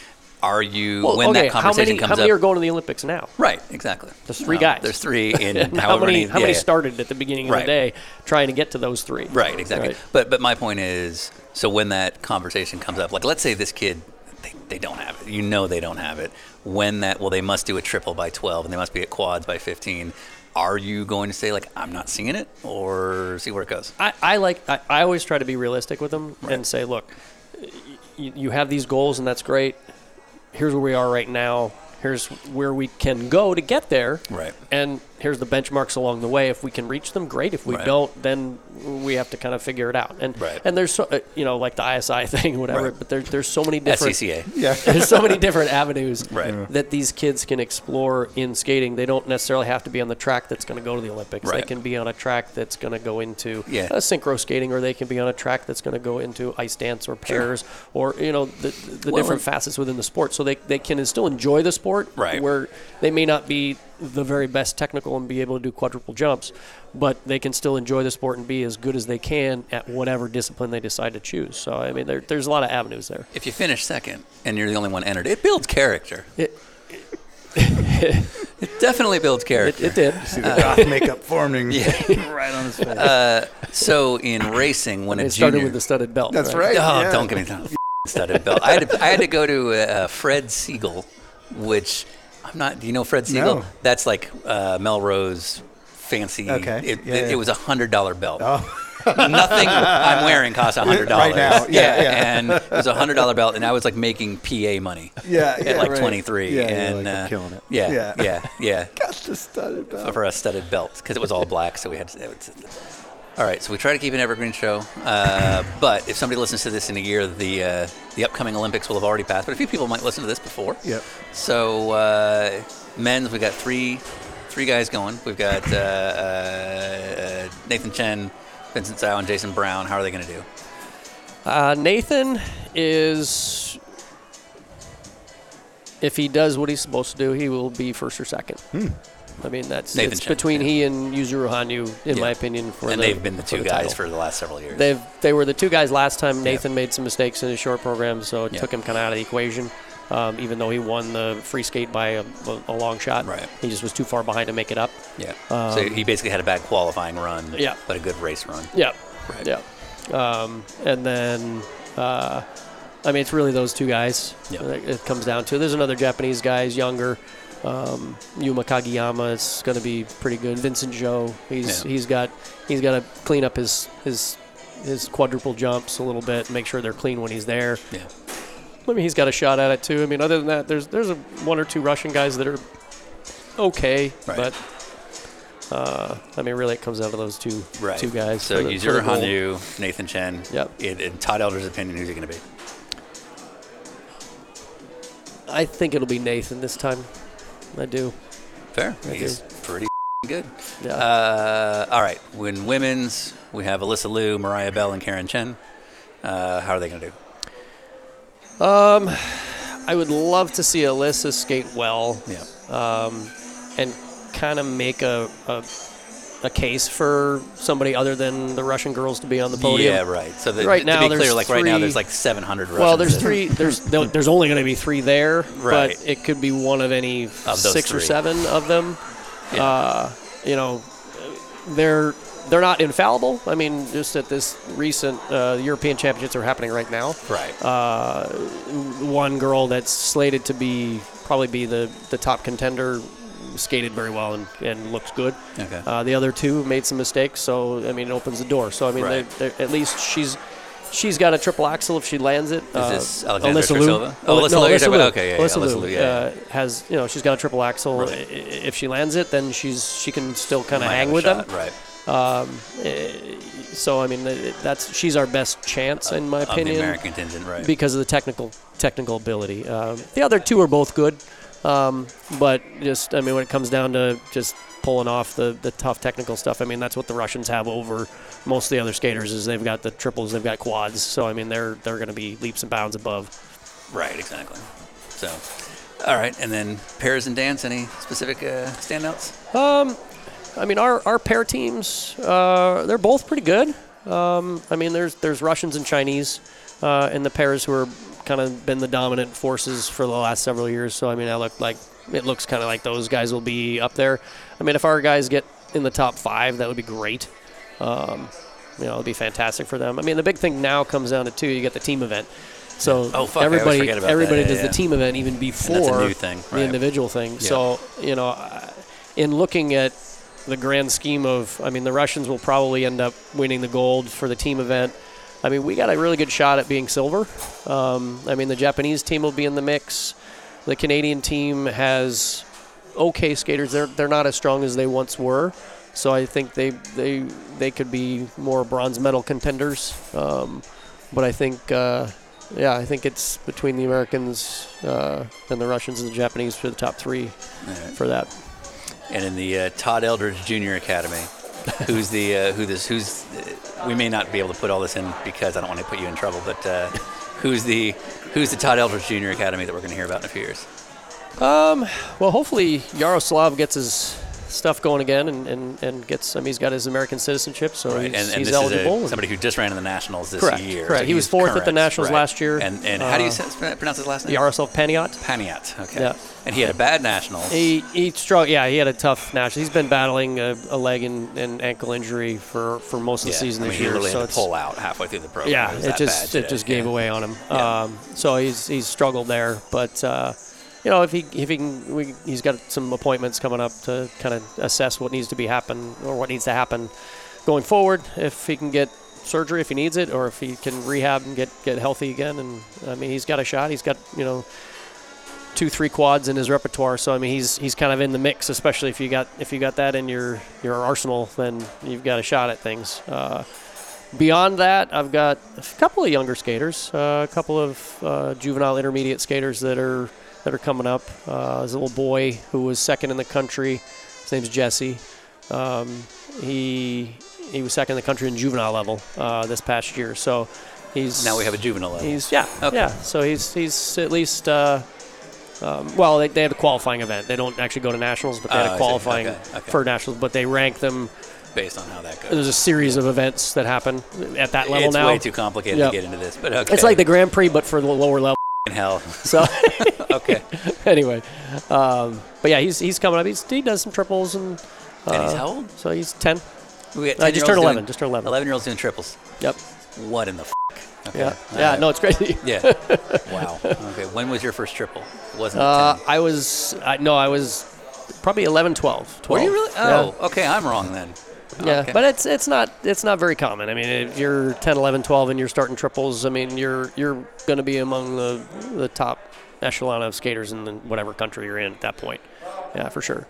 Are you Well, when okay, that conversation how many, comes how many up? are going to the Olympics now? right. Exactly. There's three Um, guys. There's three in And how however many, how yeah, many yeah. started at the beginning of Right. the day trying to get to those three? Right, exactly. Right. But but my point is, so when that conversation comes up, like let's say this kid, they, they don't have it. You know they don't have it. When that, well, they must do a triple by twelve, and they must be at quads by fifteen. Are you going to say like I'm not seeing it, or see where it goes? I, I like I, I always try to be realistic with them and say, look, you, you have these goals and that's great. Here's where we are right now. Here's where we can go to get there. Right. And here's the benchmarks along the way. If we can reach them, great. If we Right. don't, then we have to kind of figure it out. And Right. and there's so, uh, you know like the ISI thing, whatever. Right. But there's there's so many different SCCA. Yeah. there's so many different avenues Right. Yeah. that these kids can explore in skating. They don't necessarily have to be on the track that's going to go to the Olympics. They Right. can be on a track that's going to go into Yeah. uh, synchro skating, or they can be on a track that's going to go into ice dance or pairs, or you know the, the Well, different and- facets within the sport. So they, they can still enjoy the sport, Right. where they may not be the very best technical and be able to do quadruple jumps, but they can still enjoy the sport and be as good as they can at whatever discipline they decide to choose. So I mean, there, there's a lot of avenues there. If you finish second and you're the only one entered, it builds character. It- It definitely builds It, character. it did. See the Uh, goth makeup forming right on his face. so in racing, when a It started junior, with the studded belt. That's right. Oh, yeah. don't give me that f- studded belt. I had to, I had to go to uh, Fred Siegel, which I'm not. Do you know Fred Siegel? No. That's like uh, Melrose fancy. Okay. It, Yeah, it, yeah. it was a hundred dollar belt. Oh, Nothing I'm wearing costs a hundred dollars. Right now, yeah, yeah. And it was a hundred dollar belt, and I was like making PA money. yeah, yeah. At like right. 23, Yeah, and yeah, like, I'm uh, killing it. Yeah, Yeah. yeah, yeah, Got the studded belt. For a studded belt, because it was all black, so we had. To, it was- all right, so we try to keep an evergreen show, uh, but if somebody listens to this in a year, the uh, the upcoming Olympics will have already passed. But a few people might listen to this before. Yep. So uh, men's, we got three three guys going. We've got uh, uh, Nathan Chen, Vincent Zhao, and Jason Brown. How are they going to do? Uh, Nathan is, if he does what he's supposed to do, he will be first or second. I mean, that's Nathan it's Jones, between yeah. he and Yuzuru Hanyu, in Yeah. my opinion. For and the, they've been the for two the guys title. for the last several years. They've they were the two guys last time. Nathan made some mistakes in his short program, so it Yeah. took him kind of out of the equation. Um, even though he won the free skate by a, a- a long shot, Right. he just was too far behind to make it up. yeah. so he basically had a bad qualifying run, um, Yeah. but a good race run. Yep. Right. Yep. Um, and then, uh, I mean, it's really those two guys. Yeah. that It comes down to. There's another Japanese guy, he's younger. Um, Yuma Kageyama is going to be pretty good. Vincent Joe, he's Yeah. he's got he's got to clean up his his his quadruple jumps a little bit, make sure they're clean when he's there. Yeah. I mean, he's got a shot at it too. I mean, other than that, there's there's a, one or two Russian guys that are okay, Right. but uh, I mean, really, it comes down to those two Right. two guys. So for the- for Yuzuru the gold. Hanyu, Nathan Chen. Yep. In, in Todd Elder's opinion, who's he going to be? I think it'll be Nathan this time. I do. Fair. I He's pretty good. Yeah. Uh, all right. When women's, we have Alyssa Liu, Mariah Bell, and Karen Chen. Uh, how are they going to do? I would love to see Alyssa skate well Yeah. and kind of make a, a a case for somebody other than the Russian girls to be on the podium. Yeah, right. So the, Oh, Right to now, be clear, there's like right now, three- there's like 700 Russians. Well, there's that- three. There's no, there's only going to be three there, Right. but it could be one of any Of those six or three. seven of them. Yeah. Uh, you know, they're they're not infallible. I mean, just at this recent uh, European Championships are happening right now. Right. uh, One girl that's slated to be probably be the the top contender skated very well and, and looks good. Okay. Uh, the other two made some mistakes, so I mean, it opens the door. So I mean, Right. they, they at least she's she's got a triple axel if she lands it. Is this Alexandra Kristova? Oh, Alyssa Lou, no, you're Alyssa talking Lou. about- okay, yeah, yeah, Alyssa Alyssa Lou, Lou, yeah, uh, has you know she's got a triple axel. Right. I- i- If she lands it, then she's she can still kind of Might have hang a with shot, them. Right. So I mean, th- th- that's she's our best chance in my Of opinion Uh, the American contingent, right. because of the technical technical ability. Um, the other two are both good, um, but just I mean when it comes down to just pulling off the, the tough technical stuff, I mean that's what the Russians have over most of the other skaters is they've got the triples, they've got quads, so I mean they're they're going to be leaps and bounds above. right, exactly. So, all right. And then pairs and dance, any specific uh, standouts? I mean our our pair teams uh, they're both pretty good. Um, I mean there's there's Russians and Chinese uh, in the pairs who are kind of been the dominant forces for the last several years. So I mean, I look like it looks kind of like those guys will be up there. I mean, if our guys get in the top five, that would be great. Um, you know, it'd be fantastic for them. I mean, the big thing now comes down to two. You get the team event. So Oh, fuck, I always everybody, forget about that. everybody Yeah, does yeah. the team event even before new thing, the right. individual thing. So you know, I- in looking at the grand scheme of, I mean, the Russians will probably end up winning the gold for the team event. I mean, we got a really good shot at being silver. Um, I mean, the Japanese team will be in the mix. The Canadian team has okay skaters. They're they're not as strong as they once were, so I think they they they could be more bronze medal contenders. Um, but I think uh, yeah, I think it's between the Americans uh, and the Russians and the Japanese for the top three All right. for that. and in the uh, Todd Eldridge Junior Academy. who's the uh, who this who's uh, we may not be able to put all this in because I don't want to put you in trouble, but uh, who's the who's the Todd Eldridge Junior Academy that we're going to hear about in a few years? Well, hopefully Yaroslav gets his stuff going again and, and, and gets. I mean, he's got his American citizenship, so Right, he's, and, and he's this eligible. is a, somebody who just ran in the nationals this Correct, year. correct. He was fourth at the Nationals right. last year. And and how do you Uh, s- pronounce his last name? Yaroslav Paniot. Paniat. Okay. Yeah. And he had a bad nationals. He he struggled. Yeah, he had a tough match. He's been battling a, a leg and, and ankle injury for, for most of yeah. the I season mean, this he year. literally so had to it's- pull out halfway through the program. yeah, was it that just bad it just today. gave Yeah. away on him. Yeah. Um, so he's he's struggled there, but uh, you know if he if he can, we, he's got some appointments coming up to kind of assess what needs to be happen or what needs to happen going forward. If he can get surgery if he needs it, or if he can rehab and get get healthy again, and I mean he's got a shot. He's got you know two three quads in his repertoire so i mean he's he's kind of in the mix especially if you got if you got that in your your arsenal then you've got a shot at things uh, beyond that i've got a couple of younger skaters uh, a couple of uh, juvenile intermediate skaters that are that are coming up uh, there's a little boy who was second in the country his name's jesse um, he he was second in the country in juvenile level uh, this past year so he's Now we have a juvenile level. He's yeah, Okay. yeah. So he's he's at least uh, Um, well, they, they have a qualifying event. They don't actually go to nationals, but they Oh, had I a see. qualifying Okay, okay. for nationals. But they rank them. based on how that goes. There's a series of events that happen at that level it's now. way too complicated Yep. to get into this, but okay. it's like the Grand Prix, but for the lower level. hell. So okay, anyway, um, but yeah, he's he's coming up. He's, he does some triples, and and he's how old? so he's ten. We got I 10-year-olds just turned doing- 11. Just turned 11. Eleven year olds doing triples. Yep. What in the? F-? Okay. Yeah. all yeah. right. No, it's crazy. Yeah. wow. Okay. When was your first triple? It wasn't Uh, 10. I was I, no, I was probably 11, 12. 12. Were you really? Yeah. Oh, okay. I'm wrong then. Yeah, Okay. but it's it's not it's not very common. I mean, if you're 10, 11, 12 and you're starting triples, I mean, you're you're going to be among the the top echelon of skaters in the, whatever country you're in at that point. Yeah, for sure.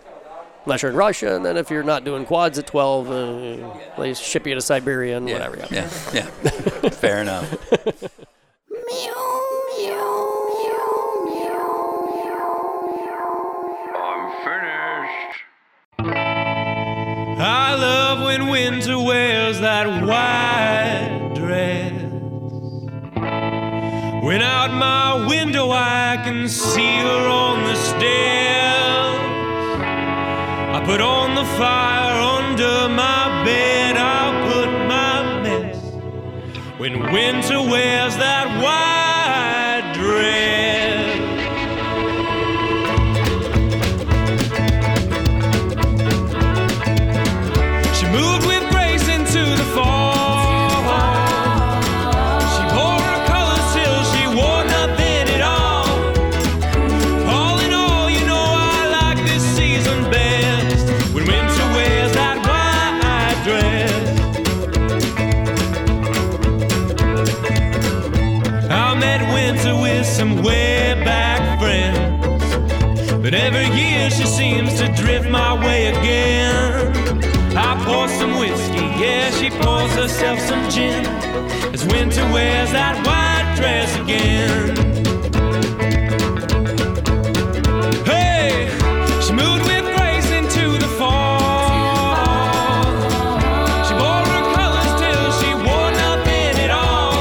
Unless you're in Russia, and then if you're not doing quads at 12, uh, they ship you to Siberia and Yeah. whatever. Yeah. Yeah. Yeah. Fair enough. I'm finished. I love when winter wears that white dress. When out my window I can see her on the stairs. I put on the fire under my bed, I'll put my mess. When winter wears that white dress. She moved with grace into the fall. She wore her colors till she wore nothing at all. All in all, you know I like this season best when winter wears that white dress. I met winter with some way back friends, but every year she seems to drift my way again. I pour some whiskey, yeah, she pours herself some gin. As winter wears that white dress again. Hey, she moved with grace into the fall. She wore her colors till she wore nothing at all.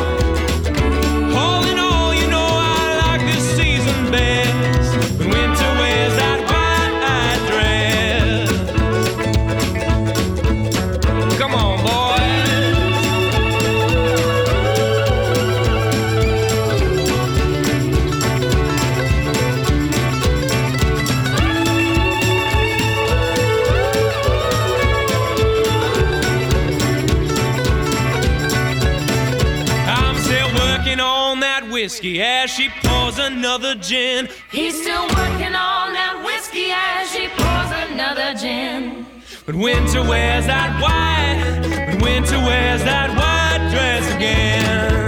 All in all, you know I like this season best when winter wears that white dress. Come on, boys. I'm still working on that whiskey as she pours another gin. He's still working on that whiskey as she pours another gin. But winter wears that white, but winter wears that white dress again. Oh,